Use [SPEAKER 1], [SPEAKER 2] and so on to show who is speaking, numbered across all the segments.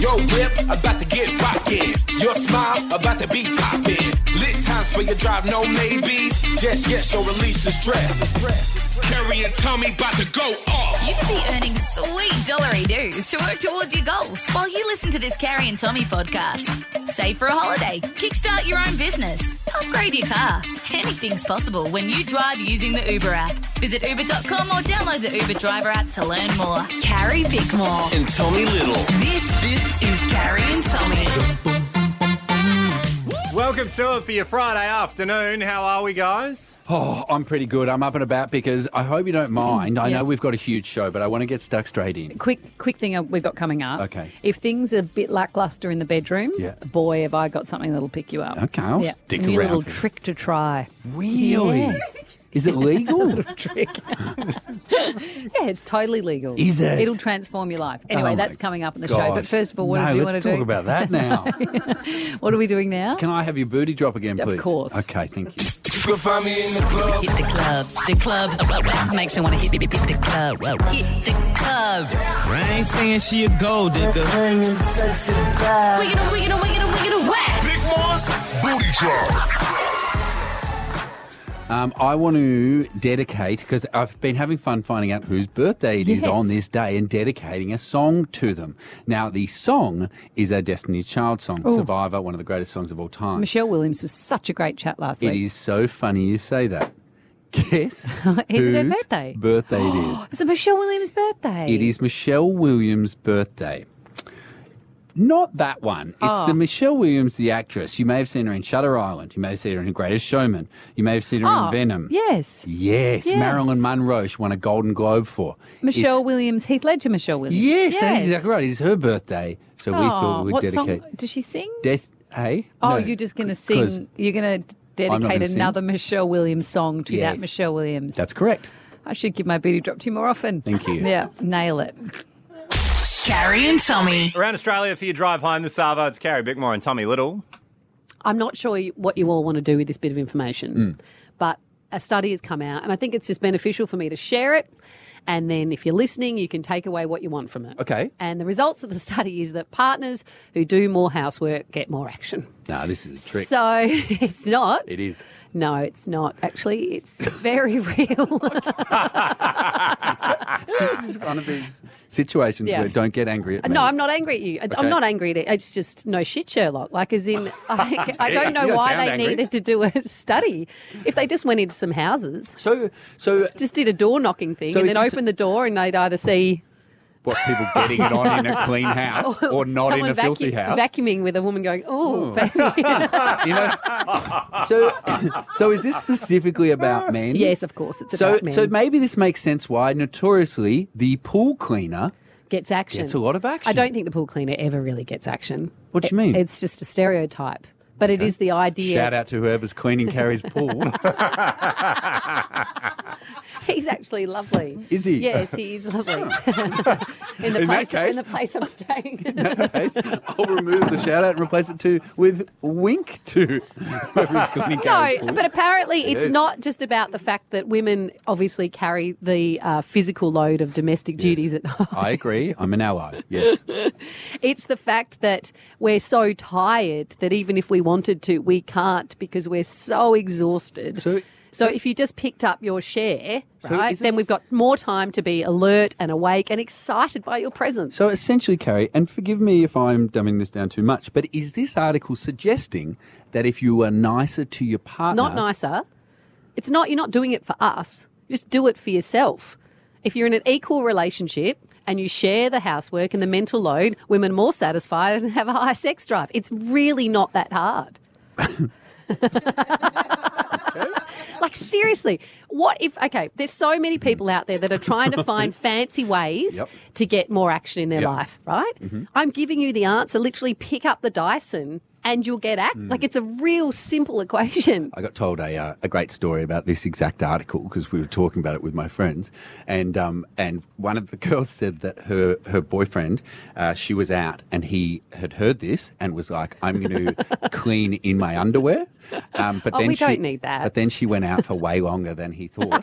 [SPEAKER 1] Your whip about to get rockin'. Your smile about to be poppin'. Lit times for your drive, no maybes. Just yes, you'll release the stress. Carrie and Tommy about to go off.
[SPEAKER 2] You could be earning sweet dollary dues to work towards your goals while you listen to this Carrie and Tommy podcast. Save for a holiday, kickstart your own business, upgrade your car. Anything's possible when you drive using the Uber app. Visit uber.com or download the Uber driver app to learn more. Carrie Bickmore.
[SPEAKER 1] And Tommy Little.
[SPEAKER 2] This, this is Carrie and Tommy.
[SPEAKER 3] Welcome to it for your Friday afternoon. How are we, guys?
[SPEAKER 4] Oh, I'm pretty good. I'm up and about because I hope you don't mind. I know we've got a huge show, but I want to get stuck straight in.
[SPEAKER 5] Quick, quick thing we've got coming up.
[SPEAKER 4] Okay.
[SPEAKER 5] If things are a bit lackluster in the bedroom,
[SPEAKER 4] Yeah.
[SPEAKER 5] boy, have I got something that'll pick you up.
[SPEAKER 4] Okay, I'll stick
[SPEAKER 5] New
[SPEAKER 4] around
[SPEAKER 5] little
[SPEAKER 4] for it.
[SPEAKER 5] trick to try.
[SPEAKER 4] Really?
[SPEAKER 5] Yes.
[SPEAKER 4] Is it legal?
[SPEAKER 5] Trick. yeah, it's totally legal.
[SPEAKER 4] Is it?
[SPEAKER 5] It'll transform your life. Anyway,
[SPEAKER 4] Oh
[SPEAKER 5] that's
[SPEAKER 4] my
[SPEAKER 5] coming up in the show.
[SPEAKER 4] gosh.
[SPEAKER 5] But first of all, what
[SPEAKER 4] no,
[SPEAKER 5] do you want
[SPEAKER 4] let's
[SPEAKER 5] to
[SPEAKER 4] talk
[SPEAKER 5] do?
[SPEAKER 4] about that now.
[SPEAKER 5] What are we doing now?
[SPEAKER 4] Can I have your booty drop again,
[SPEAKER 5] Of
[SPEAKER 4] please?
[SPEAKER 5] course.
[SPEAKER 4] Okay, thank you.
[SPEAKER 1] You can find me in the club.
[SPEAKER 2] Hit the clubs, the clubs. oh. Makes me want to hit, hit, hit the club. Oh, Hit the clubs.
[SPEAKER 6] I ain't saying she a gold digger.
[SPEAKER 2] Wiggle, wiggle, wiggle, wiggle, whack.
[SPEAKER 1] Big Moss, booty drop.
[SPEAKER 4] Um, I want to dedicate because I've been having fun finding out whose birthday it is
[SPEAKER 5] Yes.
[SPEAKER 4] on this day and dedicating a song to them. Now, the song is a Destiny Child song, Survivor, one of the greatest songs of all time.
[SPEAKER 5] Michelle Williams was such a great chat last
[SPEAKER 4] It
[SPEAKER 5] week.
[SPEAKER 4] is so funny you say that. Guess
[SPEAKER 5] Is it her
[SPEAKER 4] whose
[SPEAKER 5] birthday?
[SPEAKER 4] Birthday it is.
[SPEAKER 5] It's a Michelle Williams' birthday.
[SPEAKER 4] It is Michelle Williams' birthday. Not that one. It's
[SPEAKER 5] Oh.
[SPEAKER 4] the Michelle Williams, the actress. You may have seen her in Shutter Island. You may have seen her in Greatest Showman. You may have seen her
[SPEAKER 5] Oh,
[SPEAKER 4] in Venom.
[SPEAKER 5] Yes.
[SPEAKER 4] Yes,
[SPEAKER 5] Yes.
[SPEAKER 4] Marilyn Monroe. She won a Golden Globe for
[SPEAKER 5] Michelle
[SPEAKER 4] It's-
[SPEAKER 5] Williams, Heath Ledger, Michelle Williams.
[SPEAKER 4] yes, that is exactly right. It's her birthday, so we
[SPEAKER 5] Oh,
[SPEAKER 4] thought we would
[SPEAKER 5] what
[SPEAKER 4] dedicate.
[SPEAKER 5] song does she sing?
[SPEAKER 4] Death. Hey.
[SPEAKER 5] oh,
[SPEAKER 4] No,
[SPEAKER 5] you're just going to
[SPEAKER 4] 'cause-
[SPEAKER 5] sing. You're going to
[SPEAKER 4] I'm not
[SPEAKER 5] dedicate
[SPEAKER 4] gonna sing.
[SPEAKER 5] another Michelle Williams song to
[SPEAKER 4] Yes.
[SPEAKER 5] that Michelle Williams.
[SPEAKER 4] That's correct.
[SPEAKER 5] I should give my booty drop to you more often.
[SPEAKER 4] Thank you.
[SPEAKER 5] Yeah, nail it.
[SPEAKER 2] Carrie and Tommy.
[SPEAKER 3] Around Australia for your drive home this Savo, it's Carrie Bickmore and Tommy Little.
[SPEAKER 7] I'm not sure you- what you all want to do with this bit of information,
[SPEAKER 4] Mm.
[SPEAKER 7] but a study has come out, and I think it's just beneficial for me to share it. And then, if you're listening, you can take away what you want from it.
[SPEAKER 4] Okay.
[SPEAKER 7] And the results of the study is that partners who do more housework get more action.
[SPEAKER 4] No, this is a trick.
[SPEAKER 7] So it's not.
[SPEAKER 4] it is.
[SPEAKER 7] No, it's not. Actually, it's very real.
[SPEAKER 4] This is one of these situations
[SPEAKER 7] Yeah. Uh,
[SPEAKER 4] where don't get angry at me.
[SPEAKER 7] No, I'm not angry at you. I-
[SPEAKER 4] Okay.
[SPEAKER 7] I'm not angry at it. It's just no shit, Sherlock. Like, as in, I, I don't know
[SPEAKER 3] You don't
[SPEAKER 7] why
[SPEAKER 3] sound
[SPEAKER 7] they
[SPEAKER 3] angry.
[SPEAKER 7] needed to do a study. If they just went into some houses,
[SPEAKER 4] So, so
[SPEAKER 7] just did a door knocking thing
[SPEAKER 4] So
[SPEAKER 7] and
[SPEAKER 4] is
[SPEAKER 7] then
[SPEAKER 4] this-
[SPEAKER 7] opened the door and they'd either see
[SPEAKER 4] what people getting it on in a clean house or not in
[SPEAKER 7] someone
[SPEAKER 4] a filthy
[SPEAKER 7] vacu-
[SPEAKER 4] house.
[SPEAKER 7] vacuuming with a woman going, oh, baby.
[SPEAKER 4] you know? So, so is this specifically about men?
[SPEAKER 7] yes, of course, it's
[SPEAKER 4] So,
[SPEAKER 7] about men.
[SPEAKER 4] so maybe this makes sense why notoriously the pool cleaner.
[SPEAKER 7] gets action.
[SPEAKER 4] Gets a lot of action.
[SPEAKER 7] I don't think the pool cleaner ever really gets action.
[SPEAKER 4] What do you
[SPEAKER 7] It-
[SPEAKER 4] mean?
[SPEAKER 7] It's just a stereotype. But it is the idea.
[SPEAKER 4] Shout out to whoever's cleaning Carrie's pool.
[SPEAKER 7] He's actually lovely.
[SPEAKER 4] Is he?
[SPEAKER 7] Yes, he is lovely. in the
[SPEAKER 4] In that
[SPEAKER 7] place,
[SPEAKER 4] case-
[SPEAKER 7] in the place I'm staying.
[SPEAKER 4] case, I'll remove the shout out and replace it to with wink to whoever is cleaning
[SPEAKER 7] No,
[SPEAKER 4] Carrie's pool.
[SPEAKER 7] but apparently it's
[SPEAKER 4] Yes.
[SPEAKER 7] not just about the fact that women obviously carry the uh, physical load of domestic duties at home.
[SPEAKER 4] I agree. I'm an ally. Yes.
[SPEAKER 7] It's the fact that we're so tired that even if we wanted to, we can't because we're so exhausted.
[SPEAKER 4] So-
[SPEAKER 7] So, if you just picked up your share,
[SPEAKER 4] So
[SPEAKER 7] right,
[SPEAKER 4] is
[SPEAKER 7] then
[SPEAKER 4] this-
[SPEAKER 7] we've got more time to be alert and awake and excited by your presence.
[SPEAKER 4] So essentially, Carrie, and forgive me if I'm dumbing this down too much, but is this article suggesting that if you are nicer to your partner,
[SPEAKER 7] not nicer. It's not you're not doing it for us. Just do it for yourself. If you're in an equal relationship and you share the housework and the mental load, women are more satisfied and have a higher sex drive. It's really not that hard. like seriously, what if okay, there's so many people out there that are trying to find fancy ways
[SPEAKER 4] Yep.
[SPEAKER 7] to get more action in their
[SPEAKER 4] Yep. Mm-hmm.
[SPEAKER 7] life, right? I'm giving you the answer. Literally pick up the Dyson and you'll get
[SPEAKER 4] Mm.
[SPEAKER 7] act. Like it's a real simple equation.
[SPEAKER 4] I got told a, uh, a great story about this exact article because we were talking about it with my friends, and um, and one of the girls said that her her boyfriend, uh, she was out and he had heard this and was like, "I'm going to clean in my underwear," um, but
[SPEAKER 7] Oh,
[SPEAKER 4] then
[SPEAKER 7] we
[SPEAKER 4] she,
[SPEAKER 7] don't need that.
[SPEAKER 4] But then she went out for way longer than he thought.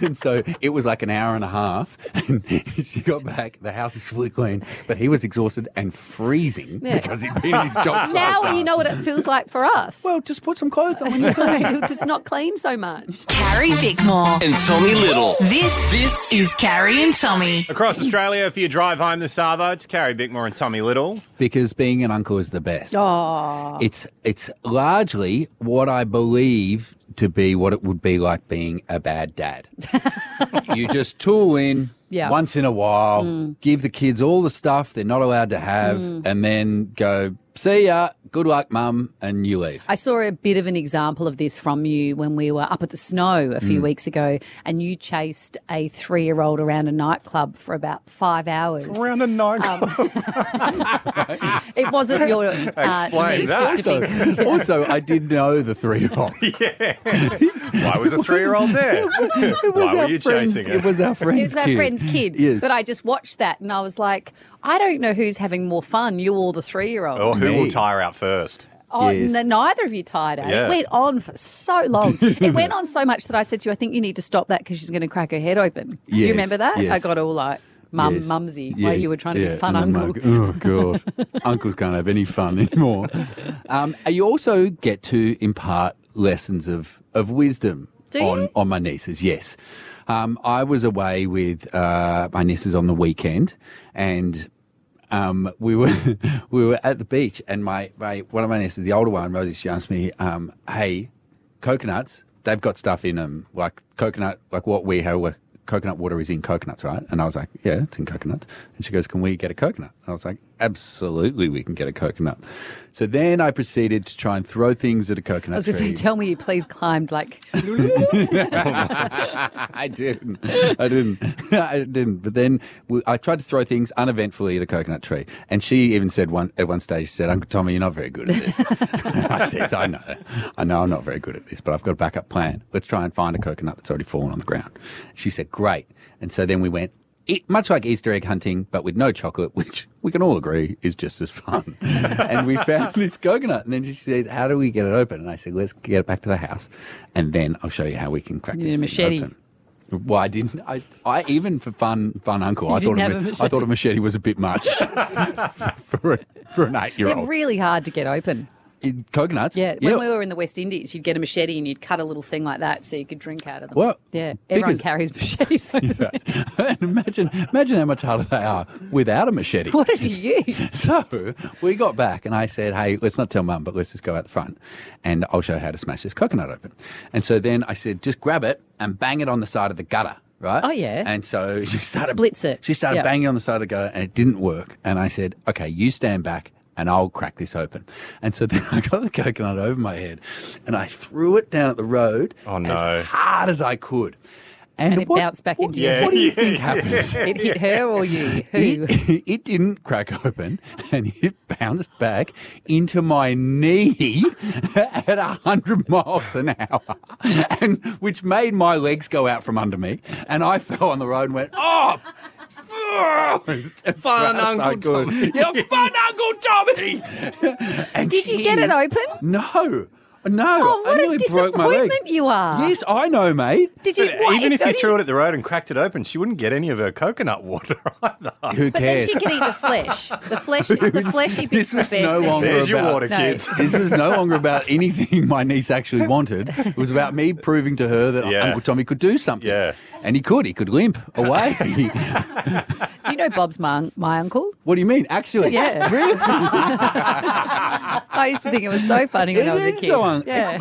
[SPEAKER 4] and so it was like an hour and a half. And she got back. The house is fully clean, but he was exhausted and freezing
[SPEAKER 7] Yeah.
[SPEAKER 4] because he'd been in his job. for
[SPEAKER 7] Now
[SPEAKER 4] half
[SPEAKER 7] you know what it feels like for us.
[SPEAKER 4] Well, just put some clothes on. When you
[SPEAKER 7] just not clean so much.
[SPEAKER 2] Carrie Bickmore.
[SPEAKER 6] And Tommy Little.
[SPEAKER 2] This this is Carrie and Tommy.
[SPEAKER 3] Across Australia for your drive home this Savo, it's Carrie Bickmore and Tommy Little.
[SPEAKER 4] because being an uncle is the best.
[SPEAKER 7] Oh,
[SPEAKER 4] It's it's largely what I believe to be what it would be like being a bad dad. you just tool in
[SPEAKER 7] Yeah. Mm.
[SPEAKER 4] once in a while, give the kids all the stuff they're not allowed to have, and then go, see ya, good luck, mum, and you leave.
[SPEAKER 7] I saw a bit of an example of this from you when we were up at the snow a few weeks ago, and you chased a three-year-old around a nightclub for about five hours. Um,
[SPEAKER 8] a nine.
[SPEAKER 7] It wasn't your uh,
[SPEAKER 3] Explain
[SPEAKER 7] niece,
[SPEAKER 3] that.
[SPEAKER 7] just to be-
[SPEAKER 4] also, also, I did know the three year old.
[SPEAKER 3] Why was a three year old there? Why were you chasing
[SPEAKER 4] it?
[SPEAKER 3] her?
[SPEAKER 4] was our friend's
[SPEAKER 7] It was our
[SPEAKER 4] kid.
[SPEAKER 7] friend's kid.
[SPEAKER 4] Yes.
[SPEAKER 7] But I just watched that and I was like, I don't know who's having more fun, you or the three year old.
[SPEAKER 3] Or who
[SPEAKER 4] Me.
[SPEAKER 3] will tire out first?
[SPEAKER 7] Oh,
[SPEAKER 4] Yes.
[SPEAKER 7] n- neither of you tired out. It
[SPEAKER 3] Yeah.
[SPEAKER 7] went on for so long. it went on so much that I said to you, I think you need to stop that because she's going to crack her head open. Do you
[SPEAKER 4] Yes,
[SPEAKER 7] remember that?
[SPEAKER 4] yes.
[SPEAKER 7] I got all like, mum,
[SPEAKER 4] Yes.
[SPEAKER 7] mumsy,
[SPEAKER 4] Yeah,
[SPEAKER 7] while you were trying to
[SPEAKER 4] yeah,
[SPEAKER 7] be fun
[SPEAKER 4] and I'm
[SPEAKER 7] uncle.
[SPEAKER 4] like, oh god, uncle's can't have any fun anymore. Um, and you also get to impart lessons of of wisdom
[SPEAKER 7] Do
[SPEAKER 4] on
[SPEAKER 7] you?
[SPEAKER 4] on my nieces. Yes, um, I was away with uh, my nieces on the weekend, and. Um, we were we were at the beach, and my, my one of my nieces, the older one, Rosie, she asked me, um, "Hey, coconuts, they've got stuff in them, like coconut, like what we have, where coconut water is in coconuts, right? And I was like, yeah, it's in coconuts. And she goes, can we get a coconut? And I was like, absolutely, we can get a coconut. So then I proceeded to try and throw things at a coconut
[SPEAKER 7] I was going to say,
[SPEAKER 4] tree.
[SPEAKER 7] tell me you please climbed like,
[SPEAKER 4] I didn't. I didn't. I didn't. But then we, I tried to throw things uneventfully at a coconut tree. And she even said one at one stage, she said, Uncle Tommy, you're not very good at this. I said, I know. I know I'm not very good at this, but I've got a backup plan. Let's try and find a coconut that's already fallen on the ground. She said, Great. And so then we went, it, much like Easter egg hunting, but with no chocolate, which we can all agree is just as fun. and we found this coconut. And then she said, How do we get it open? And I said, Let's get it back to the house. And then I'll show you how we can crack
[SPEAKER 7] You
[SPEAKER 4] this
[SPEAKER 7] need a
[SPEAKER 4] thing
[SPEAKER 7] machete.
[SPEAKER 4] open. Well, I didn't. I, I even for fun, fun uncle. I
[SPEAKER 7] didn't
[SPEAKER 4] thought
[SPEAKER 7] have
[SPEAKER 4] a ma-
[SPEAKER 7] a
[SPEAKER 4] I
[SPEAKER 7] machete.
[SPEAKER 4] thought a machete was a bit much for a, for an eight year
[SPEAKER 7] they're
[SPEAKER 4] old.
[SPEAKER 7] really hard to get open.
[SPEAKER 4] Coconuts.
[SPEAKER 7] Yeah, when we were in the West Indies, you'd get a machete and you'd cut a little thing like that so you could drink out of them.
[SPEAKER 4] Well,
[SPEAKER 7] yeah, everyone
[SPEAKER 4] because-
[SPEAKER 7] carries machetes.
[SPEAKER 4] Yes. and imagine, imagine how much harder they are without a machete.
[SPEAKER 7] what did you use?
[SPEAKER 4] So we got back and I said, hey, let's not tell mum, but let's just go out the front and I'll show her how to smash this coconut open. And so then I said, just grab it and bang it on the side of the gutter, right?
[SPEAKER 7] Oh, yeah.
[SPEAKER 4] And so she started.
[SPEAKER 7] Splits it.
[SPEAKER 4] She started
[SPEAKER 7] Yeah.
[SPEAKER 4] banging on the side of the gutter and it didn't work. And I said, okay, you stand back. And I'll crack this open. And so then I got the coconut over my head and I threw it down at the road
[SPEAKER 3] Oh, no.
[SPEAKER 4] as hard as I could. And,
[SPEAKER 7] And it bounced back
[SPEAKER 4] what-
[SPEAKER 7] into your
[SPEAKER 4] What do you
[SPEAKER 3] head.
[SPEAKER 4] think
[SPEAKER 3] Yeah,
[SPEAKER 4] happened?
[SPEAKER 7] It hit her or you? Who?
[SPEAKER 4] It, it didn't crack open and it bounced back into my knee at 100 miles an hour, and which made my legs go out from under me. And I fell on the road and went, oh! fun Uncle Tommy. Yeah, fun Uncle Tommy. And
[SPEAKER 7] Did you
[SPEAKER 4] she-
[SPEAKER 7] get it open?
[SPEAKER 4] No. No.
[SPEAKER 7] Oh,
[SPEAKER 4] I
[SPEAKER 7] what a
[SPEAKER 4] nearly broke my leg.
[SPEAKER 7] disappointment you are!
[SPEAKER 4] Yes, I know, mate.
[SPEAKER 7] Did you? why-
[SPEAKER 3] Even if
[SPEAKER 7] how
[SPEAKER 3] you
[SPEAKER 7] do
[SPEAKER 3] threw it at the road and cracked it open, she wouldn't get any of her coconut water either.
[SPEAKER 4] Who
[SPEAKER 7] But then
[SPEAKER 4] cares?
[SPEAKER 7] she could eat the flesh. The flesh. the fleshy bit's
[SPEAKER 4] this
[SPEAKER 7] the
[SPEAKER 4] was
[SPEAKER 7] best.
[SPEAKER 4] no longer
[SPEAKER 3] There's your
[SPEAKER 4] about
[SPEAKER 3] water,
[SPEAKER 7] No.
[SPEAKER 3] kids.
[SPEAKER 4] this was no longer about anything my niece actually wanted. It was about me proving to her that
[SPEAKER 3] Yeah.
[SPEAKER 4] Uncle Tommy could do something.
[SPEAKER 3] Yeah.
[SPEAKER 4] And he could. He could limp away.
[SPEAKER 7] Do you know Bob's my, my uncle?
[SPEAKER 4] what do you mean? Actually,
[SPEAKER 7] Yeah.
[SPEAKER 4] Really?
[SPEAKER 7] I used to think it was so funny when
[SPEAKER 4] It
[SPEAKER 7] I was a
[SPEAKER 4] is
[SPEAKER 7] kid.
[SPEAKER 4] so un-
[SPEAKER 7] yeah.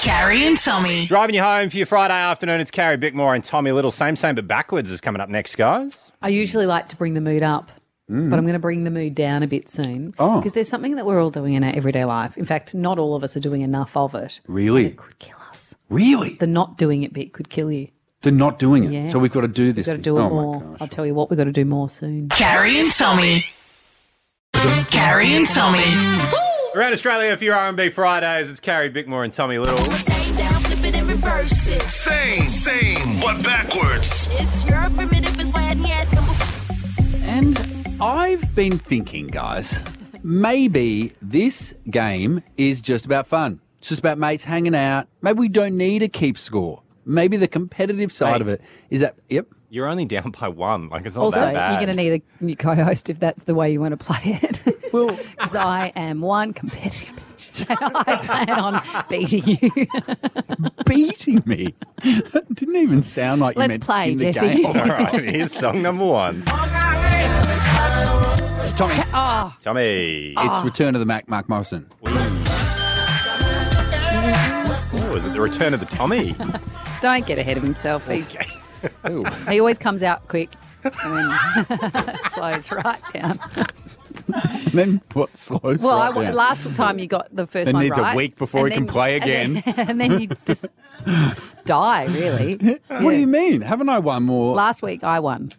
[SPEAKER 2] Carrie and Tommy.
[SPEAKER 3] Driving you home for your Friday afternoon, it's Carrie Bickmore and Tommy Little. Same, same, but backwards is coming up next, guys.
[SPEAKER 7] I usually like to bring the mood up. But I'm going to bring the mood down a bit soon
[SPEAKER 4] Mm. Oh.
[SPEAKER 7] because there's something that we're all doing in our everyday life. In fact, not all of us are doing enough of it.
[SPEAKER 4] Really?
[SPEAKER 7] Could kill us.
[SPEAKER 4] Really?
[SPEAKER 7] The not doing it bit could kill you.
[SPEAKER 4] They're not doing it.
[SPEAKER 7] Yes.
[SPEAKER 4] So we've got to do this.
[SPEAKER 7] We've got to
[SPEAKER 4] thing.
[SPEAKER 7] do it
[SPEAKER 4] oh
[SPEAKER 7] more.
[SPEAKER 4] My
[SPEAKER 7] I'll
[SPEAKER 4] gosh.
[SPEAKER 7] tell you what, we've got to do more soon.
[SPEAKER 2] Carrie and Tommy. Carrie and Tommy.
[SPEAKER 3] Around Australia for your R&B Fridays, it's Carrie Bickmore and Tommy Little.
[SPEAKER 9] Lay down, flip it and reverse it.
[SPEAKER 1] Same, same, but backwards.
[SPEAKER 9] It's your primitive is when he had the
[SPEAKER 4] And I've been thinking, guys, maybe this game is just about fun. It's just about mates hanging out. Maybe we don't need to keep score. Maybe the competitive side
[SPEAKER 3] Mate.
[SPEAKER 4] of it is that. Yep.
[SPEAKER 3] You're only down by one. Like it's not
[SPEAKER 5] Also,
[SPEAKER 3] that
[SPEAKER 5] you're
[SPEAKER 3] bad.
[SPEAKER 5] going to need a new co-host if that's the way you want to play it. because I am one competitive. bitch, And I plan on beating you.
[SPEAKER 4] beating me. That didn't even sound like
[SPEAKER 5] Let's
[SPEAKER 4] you meant
[SPEAKER 5] play,
[SPEAKER 4] in the
[SPEAKER 5] Jesse.
[SPEAKER 4] game.
[SPEAKER 3] All right, here's song number one.
[SPEAKER 4] Tommy,
[SPEAKER 7] oh.
[SPEAKER 3] Tommy.
[SPEAKER 4] it's Return of the Mac, Mark Morrison.
[SPEAKER 3] Oh, is it the return of the Tommy?
[SPEAKER 5] Don't get ahead of himself. He's, he always comes out quick and then slows right down.
[SPEAKER 4] And then what slows
[SPEAKER 5] Well,
[SPEAKER 4] right
[SPEAKER 5] I,
[SPEAKER 4] down.
[SPEAKER 5] last time you got the first
[SPEAKER 4] Then
[SPEAKER 5] one
[SPEAKER 4] needs a
[SPEAKER 5] right,
[SPEAKER 4] week before
[SPEAKER 5] and
[SPEAKER 4] he can play
[SPEAKER 5] and then- and then you just die. Really?
[SPEAKER 4] What do
[SPEAKER 5] Yeah.
[SPEAKER 4] you mean? Haven't I won more?
[SPEAKER 5] Last week I won,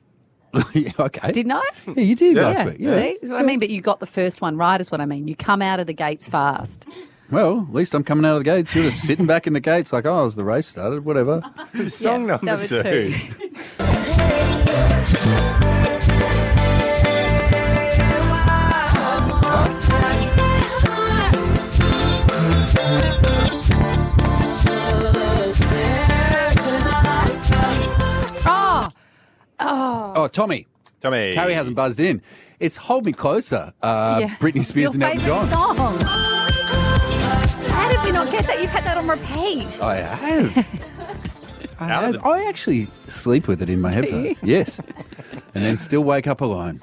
[SPEAKER 4] Yeah, okay.
[SPEAKER 5] didn't I?
[SPEAKER 4] Yeah, you did last
[SPEAKER 5] yeah.
[SPEAKER 4] week. Yeah.
[SPEAKER 5] See, is what I mean. But you got the first one right. Is what I mean. You come out of the gates fast.
[SPEAKER 4] Well, at least I'm coming out of the gates. You're just sitting back in the gates like, oh, as the race started, whatever.
[SPEAKER 3] song
[SPEAKER 5] Yeah,
[SPEAKER 3] number
[SPEAKER 5] number
[SPEAKER 3] two.
[SPEAKER 5] two. Oh,
[SPEAKER 4] Oh, Tommy.
[SPEAKER 3] Tommy.
[SPEAKER 4] Carrie hasn't buzzed in. It's Hold Me Closer, uh,
[SPEAKER 5] yeah.
[SPEAKER 4] Britney Spears
[SPEAKER 5] Your
[SPEAKER 4] and Elton
[SPEAKER 5] favourite
[SPEAKER 4] John.
[SPEAKER 5] song. How did we not get that? You've had that on repeat.
[SPEAKER 4] I have. I, have. I actually sleep with it in my headphones. Yes. And then still wake up alone.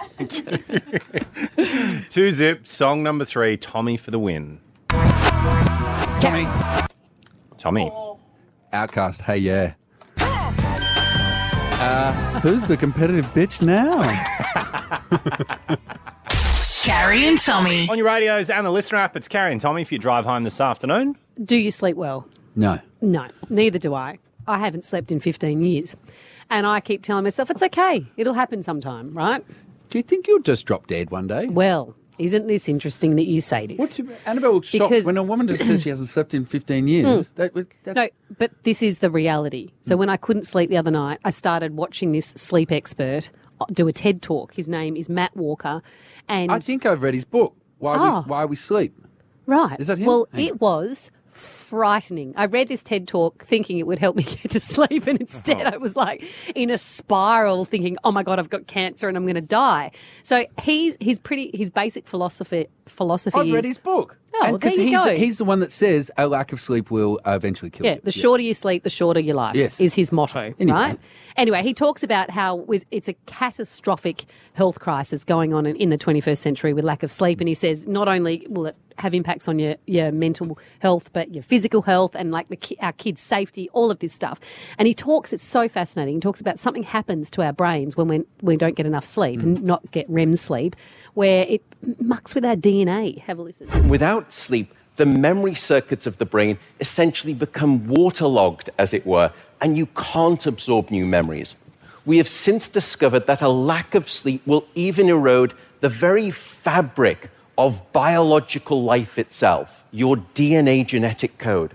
[SPEAKER 3] Two zip. Song number three. Tommy for the win.
[SPEAKER 4] Tommy.
[SPEAKER 3] Tommy.
[SPEAKER 7] Oh.
[SPEAKER 4] Outcast, hey yeah. Uh, who's the competitive bitch now?
[SPEAKER 9] Carrie and Tommy.
[SPEAKER 3] On your radios and the listener app, it's Carrie and Tommy if you drive home this afternoon.
[SPEAKER 7] Do you sleep well?
[SPEAKER 4] No.
[SPEAKER 7] No, neither do I. I haven't slept in 15 years. And I keep telling myself, it's okay. It'll happen sometime, right?
[SPEAKER 4] Do you think you'll just drop dead one day?
[SPEAKER 7] Well, isn't this interesting that you say this?
[SPEAKER 4] What's Annabelle was shocked
[SPEAKER 7] Because- Hmm.
[SPEAKER 4] when a woman just says she hasn't slept in 15 years. That, was- that's,
[SPEAKER 7] No, but this is the reality.
[SPEAKER 4] Hmm.
[SPEAKER 7] So when I couldn't sleep the other night, I started watching this sleep expert uh, do a TED talk. His name is Matt Walker, and
[SPEAKER 4] I think I've read his book, Why,
[SPEAKER 7] Oh.
[SPEAKER 4] we, Why we Sleep.
[SPEAKER 7] right,
[SPEAKER 4] Is that him?
[SPEAKER 7] Well,
[SPEAKER 4] Hang on.
[SPEAKER 7] it was frightening. I read this TED talk thinking it would help me get to sleep, and instead
[SPEAKER 4] Oh.
[SPEAKER 7] I was like in a spiral, thinking, "Oh my god, I've got cancer and I'm going to die." So he's he's pretty. His basic philosophy philosophy
[SPEAKER 4] I've
[SPEAKER 7] is
[SPEAKER 4] read his book.
[SPEAKER 7] Oh,
[SPEAKER 4] And 'cause
[SPEAKER 7] there you
[SPEAKER 4] he's,
[SPEAKER 7] go.
[SPEAKER 4] he's the one that says a lack of sleep will eventually kill
[SPEAKER 7] Yeah,
[SPEAKER 4] you.
[SPEAKER 7] the shorter you sleep, the shorter your life
[SPEAKER 4] Yes.
[SPEAKER 7] is his motto,
[SPEAKER 4] Anyway.
[SPEAKER 7] right? Anyway, he talks about how with- it's a catastrophic health crisis going on in, in the 21st century with lack of sleep. And he says not only will it have impacts on your, your mental health, but your physical health and like the, ki- our kids' safety, all of this stuff. And he talks, it's so fascinating. He talks about something happens to our brains when we, we don't get enough sleep and
[SPEAKER 4] Mm.
[SPEAKER 7] not get REM sleep, where it mucks with our DNA. Have a listen.
[SPEAKER 8] Without sleep, the memory circuits of the brain essentially become waterlogged, as it were, and you can't absorb new memories. We have since discovered that a lack of sleep will even erode the very fabric of biological life itself, your DNA genetic code.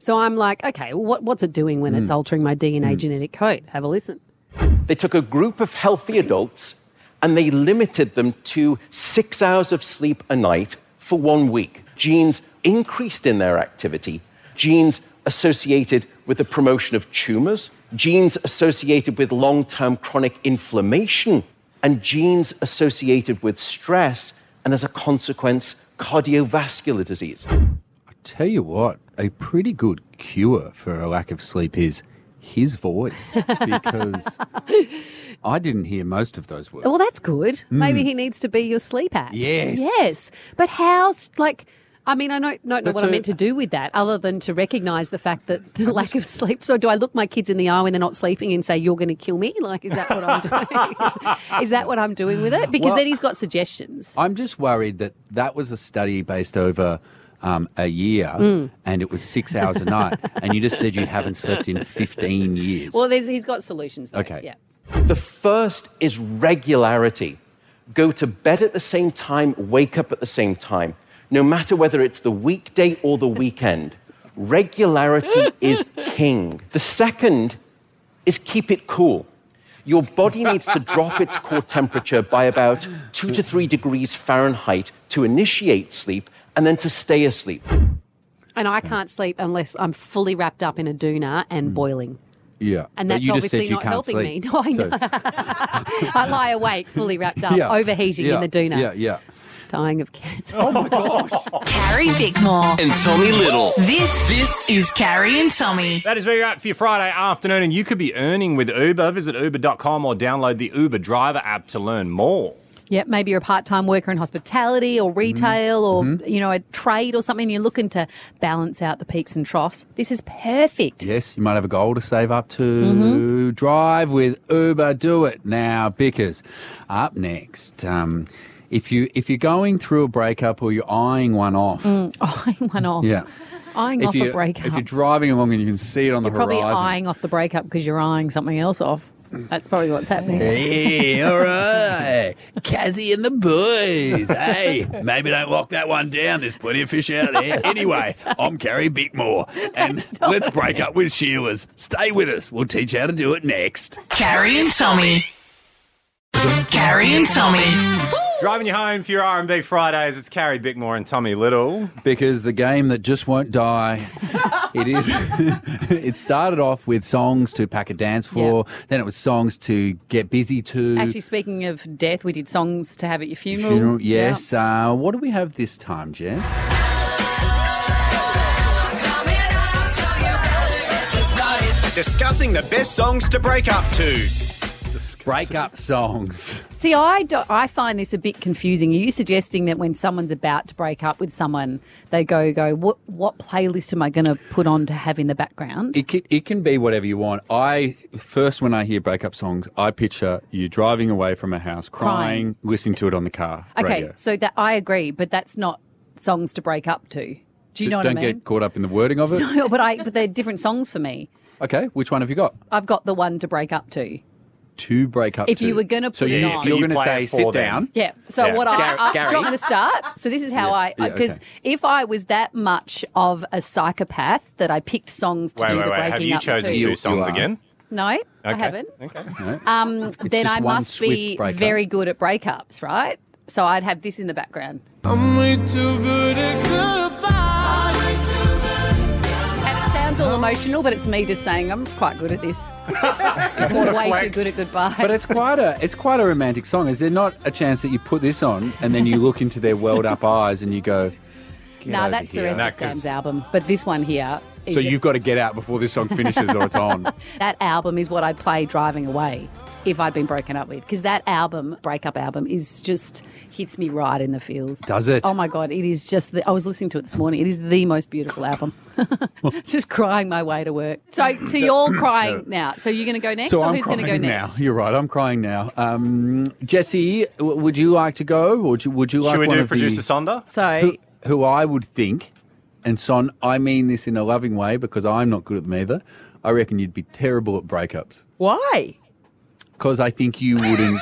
[SPEAKER 7] So I'm like, okay, well, what, what's it doing when
[SPEAKER 4] Mm.
[SPEAKER 7] it's altering my DNA genetic code? Have a listen.
[SPEAKER 8] They took a group of healthy adults and they limited them to six hours of sleep a night for one week. Genes increased in their activity, genes associated with the promotion of tumors, genes associated with long term chronic inflammation, and genes associated with stress, and as a consequence, cardiovascular disease.
[SPEAKER 4] Tell you what, a pretty good cure for a lack of sleep is his voice because I didn't hear most of those words.
[SPEAKER 7] Well, that's good. Maybe he needs to be your sleep app.
[SPEAKER 4] Mm. Yes.
[SPEAKER 7] Yes. But how, s- like, I mean, I don't, don't know
[SPEAKER 4] But
[SPEAKER 7] what
[SPEAKER 4] so-
[SPEAKER 7] I meant to do with that other than to recognize the fact that the lack of sleep. So, do I look my kids in the eye when they're not sleeping and say, You're going to kill me? Like, is that what I'm doing? is, that what I'm doing with it? Because
[SPEAKER 4] Well-
[SPEAKER 7] then he's got suggestions.
[SPEAKER 4] I'm just worried that that was a study based over um, a year
[SPEAKER 7] Hmm.
[SPEAKER 4] and it was six hours a night, and you just said you haven't slept in 15 years.
[SPEAKER 7] Well, there's, he's got solutions. Though.
[SPEAKER 4] Okay.
[SPEAKER 7] Yeah.
[SPEAKER 8] The first is regularity. Go to bed at the same time, wake up at the same time, no matter whether it's the weekday or the weekend. Regularity is king. The second is keep it cool. Your body needs to drop its core temperature by about two to three degrees Fahrenheit to initiate sleep and then to stay asleep.
[SPEAKER 7] And I can't sleep unless I'm fully wrapped up in a doona
[SPEAKER 4] Mm.
[SPEAKER 7] and boiling.
[SPEAKER 4] Yeah.
[SPEAKER 7] And
[SPEAKER 4] But
[SPEAKER 7] that's
[SPEAKER 4] you just
[SPEAKER 7] obviously
[SPEAKER 4] said you
[SPEAKER 7] not
[SPEAKER 4] can't
[SPEAKER 7] helping
[SPEAKER 4] sleep.
[SPEAKER 7] me. No, I
[SPEAKER 4] So-
[SPEAKER 7] know. I lie awake, fully wrapped up,
[SPEAKER 4] Yeah.
[SPEAKER 7] overheating
[SPEAKER 4] Yeah.
[SPEAKER 7] in the doona,
[SPEAKER 4] Yeah, yeah.
[SPEAKER 7] dying of cancer. Oh my gosh.
[SPEAKER 9] Carrie Bickmore.
[SPEAKER 3] And Tommy Little.
[SPEAKER 9] This this is Carrie and Tommy.
[SPEAKER 3] That is where you're at for your Friday afternoon, and you could be earning with Uber. Visit uber.com or download the Uber driver app to learn more.
[SPEAKER 7] Yeah, maybe you're a part-time worker in hospitality
[SPEAKER 4] Mm-hmm.
[SPEAKER 7] or retail or
[SPEAKER 3] Mhm.
[SPEAKER 7] you know a trade or something. You're looking to balance out the peaks and troughs. This is perfect.
[SPEAKER 4] Yes, you might have a goal to save up to
[SPEAKER 7] Mm-hmm.
[SPEAKER 4] drive with Uber. Do it now, Bickers. Up next, um, if you if you're going through a breakup or you're eyeing one off,
[SPEAKER 7] Mm, eyeing one off.
[SPEAKER 4] yeah.
[SPEAKER 7] Eyeing
[SPEAKER 4] if
[SPEAKER 7] off
[SPEAKER 4] you,
[SPEAKER 7] a breakup.
[SPEAKER 4] If you're driving along and you can see it on
[SPEAKER 7] You're
[SPEAKER 4] the
[SPEAKER 7] probably
[SPEAKER 4] horizon.
[SPEAKER 7] eyeing off the breakup because you're eyeing something else off. That's probably what's happening.
[SPEAKER 4] Hey, all right. Kazzy and the boys. Hey,
[SPEAKER 10] maybe don't lock that one down. There's plenty of fish out
[SPEAKER 4] No,
[SPEAKER 10] there.
[SPEAKER 4] I'm
[SPEAKER 10] anyway,
[SPEAKER 4] just
[SPEAKER 10] I'm Carrie Bickmore, and let's break up with Sheila's. Stay with us. We'll teach you how to do it next.
[SPEAKER 9] Carrie and Tommy. Carrie and Tommy.
[SPEAKER 3] Driving you home for your R&B Fridays, it's Carrie Bickmore and Tommy Little.
[SPEAKER 4] Because the game that just won't die. It is. it started off with songs to pack a dance floor. Then it was songs to get busy to.
[SPEAKER 7] Actually, speaking of death, we did songs to have at your funeral.
[SPEAKER 4] funeral. Yes. Uh, what do we have this time, Jeff?
[SPEAKER 1] Discussing the best songs to break up to.
[SPEAKER 4] Break up songs.
[SPEAKER 7] See, I do, I find this a bit confusing. Are you suggesting that when someone's about to break up with someone, they go go what what playlist am I going to put on to have in the background?
[SPEAKER 4] It can, it can be whatever you want. I first, when I hear breakup songs, I picture you driving away from a house, crying,
[SPEAKER 7] Crying.
[SPEAKER 4] listening to it on the car.
[SPEAKER 7] Okay,
[SPEAKER 4] radio.
[SPEAKER 7] so that I agree, but that's not songs to break up to. Do you know
[SPEAKER 4] Don't
[SPEAKER 7] what I mean?
[SPEAKER 4] get caught up in the wording of it.
[SPEAKER 7] No, but I but they're different songs for me.
[SPEAKER 4] Okay, which one have you got?
[SPEAKER 7] I've got the one to break up to.
[SPEAKER 4] Two break up.
[SPEAKER 7] If
[SPEAKER 4] to.
[SPEAKER 7] you were gonna
[SPEAKER 4] so
[SPEAKER 7] put it
[SPEAKER 4] you,
[SPEAKER 7] on.
[SPEAKER 4] so
[SPEAKER 7] So
[SPEAKER 4] you're
[SPEAKER 7] you
[SPEAKER 4] going to
[SPEAKER 7] play
[SPEAKER 4] say
[SPEAKER 7] it
[SPEAKER 4] sit
[SPEAKER 7] for them.
[SPEAKER 4] down.
[SPEAKER 7] Yeah. So
[SPEAKER 4] Yeah.
[SPEAKER 7] what
[SPEAKER 4] Gary-
[SPEAKER 7] I, I do
[SPEAKER 4] Gary.
[SPEAKER 7] you want me to start? So this is how I
[SPEAKER 4] yeah,
[SPEAKER 7] because
[SPEAKER 4] okay.
[SPEAKER 7] if I was that much of a psychopath that I picked songs to
[SPEAKER 3] Wait,
[SPEAKER 7] do
[SPEAKER 3] wait,
[SPEAKER 7] the
[SPEAKER 3] wait.
[SPEAKER 7] breaking
[SPEAKER 3] Have you
[SPEAKER 7] up
[SPEAKER 3] chosen
[SPEAKER 7] to.
[SPEAKER 3] two songs again?
[SPEAKER 7] No, I
[SPEAKER 3] Okay.
[SPEAKER 7] haven't.
[SPEAKER 3] Okay.
[SPEAKER 7] Um,
[SPEAKER 3] It's
[SPEAKER 7] then
[SPEAKER 3] just
[SPEAKER 7] I
[SPEAKER 3] one
[SPEAKER 7] must
[SPEAKER 3] swift
[SPEAKER 7] be
[SPEAKER 3] breakup.
[SPEAKER 7] very good at breakups, right? So I'd have this in the background.
[SPEAKER 6] I'm way too good at
[SPEAKER 7] And it sounds all emotional, but it's me just saying I'm quite good at this. I'm way too good at goodbyes.
[SPEAKER 4] But it's quite a it's quite a romantic song. Is there not a chance that you put this on and then you look into their welled up eyes and you go? "Get
[SPEAKER 7] No,
[SPEAKER 4] over
[SPEAKER 7] that's the
[SPEAKER 4] here."
[SPEAKER 7] rest of Sam's album. But this one here is
[SPEAKER 4] So you've got to get out before this song finishes or it's on.
[SPEAKER 7] that album is what I'd play driving away if I'd been broken up with. Because that album, breakup album, is just hits me right in the feels.
[SPEAKER 4] Does it?
[SPEAKER 7] Oh my god, it is just the I was listening to it this morning. It is the most beautiful album. just crying my way to work. So so you're crying now. So you're gonna go next
[SPEAKER 4] so
[SPEAKER 7] or
[SPEAKER 4] I'm
[SPEAKER 7] who's
[SPEAKER 4] crying
[SPEAKER 7] gonna go
[SPEAKER 4] now.
[SPEAKER 7] next?
[SPEAKER 4] You're right. I'm crying now. Um, Jesse, w- would you like to go? Or would you, would you like
[SPEAKER 3] Should we
[SPEAKER 4] one
[SPEAKER 3] do
[SPEAKER 4] of
[SPEAKER 3] producer
[SPEAKER 4] the,
[SPEAKER 3] Sonder?
[SPEAKER 7] So
[SPEAKER 4] who, who I would think, and Son, I mean this in a loving way because I'm not good at them either. I reckon you'd be terrible at breakups
[SPEAKER 11] Why?
[SPEAKER 4] because I think you wouldn't.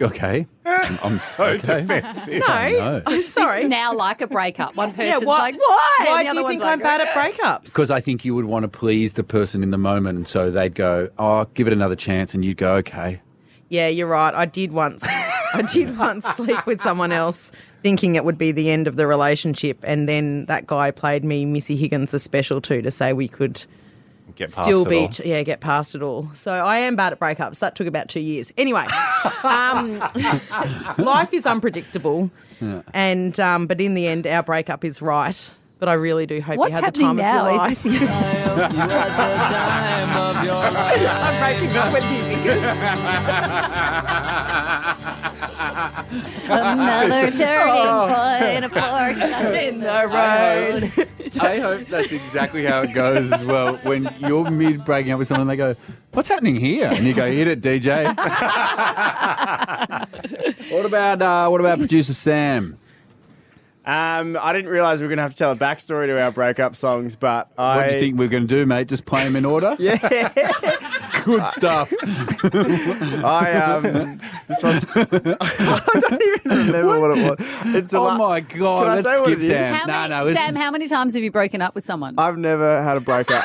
[SPEAKER 4] okay, I'm, I'm so
[SPEAKER 3] defensive.
[SPEAKER 11] No, I'm
[SPEAKER 7] This
[SPEAKER 11] sorry.
[SPEAKER 7] is now like a breakup. One person's
[SPEAKER 11] why-
[SPEAKER 7] like, why? And
[SPEAKER 11] why
[SPEAKER 7] the
[SPEAKER 11] do
[SPEAKER 7] other
[SPEAKER 11] you
[SPEAKER 7] one's
[SPEAKER 11] think
[SPEAKER 7] like,
[SPEAKER 11] I'm bad at
[SPEAKER 7] "Okay."
[SPEAKER 11] breakups?
[SPEAKER 4] Because I think you would want to please the person in the moment, and so they'd go, "Oh, give it another chance," and you'd go, "Okay."
[SPEAKER 11] Yeah, you're right. I did once. I did once sleep with someone else, thinking it would be the end of the relationship, and then that guy played me Missy Higgins the special too to say we could
[SPEAKER 3] Get past
[SPEAKER 11] still
[SPEAKER 3] it
[SPEAKER 11] be
[SPEAKER 3] all.
[SPEAKER 11] yeah get past it all. So I am bad at breakups. That took about two years. Anyway, um, life is unpredictable,
[SPEAKER 4] Yeah.
[SPEAKER 11] and um, but in the end, our breakup is right. But I really do hope
[SPEAKER 7] What's
[SPEAKER 11] you had the
[SPEAKER 7] happening
[SPEAKER 11] time of
[SPEAKER 7] now?
[SPEAKER 11] your
[SPEAKER 7] Is
[SPEAKER 11] life.
[SPEAKER 7] this you?
[SPEAKER 11] I'm breaking up with you
[SPEAKER 7] Another
[SPEAKER 4] This-
[SPEAKER 7] turning
[SPEAKER 4] Oh.
[SPEAKER 7] point, a fork stuck in the
[SPEAKER 11] road.
[SPEAKER 4] I hope that's exactly how it goes as well. When you're mid breaking up with someone, they go, "What's happening here?" And you go, "Hit it, DJ." what about uh, what about producer Sam?
[SPEAKER 12] Um, I didn't realize we were going to have to tell a backstory to our breakup songs, but I.
[SPEAKER 4] What do you think we're going to do, mate? Just play them in order? yeah. Good stuff.
[SPEAKER 12] I um, this one's. I don't even remember what, it was. It's a
[SPEAKER 4] Oh
[SPEAKER 12] la-
[SPEAKER 4] my God,
[SPEAKER 12] Can I
[SPEAKER 4] let's
[SPEAKER 12] say what
[SPEAKER 4] skip
[SPEAKER 12] it is?
[SPEAKER 4] Sam.
[SPEAKER 7] How many, Sam, how many times have you broken up with someone?
[SPEAKER 4] Uh,
[SPEAKER 12] I've never had a breakup.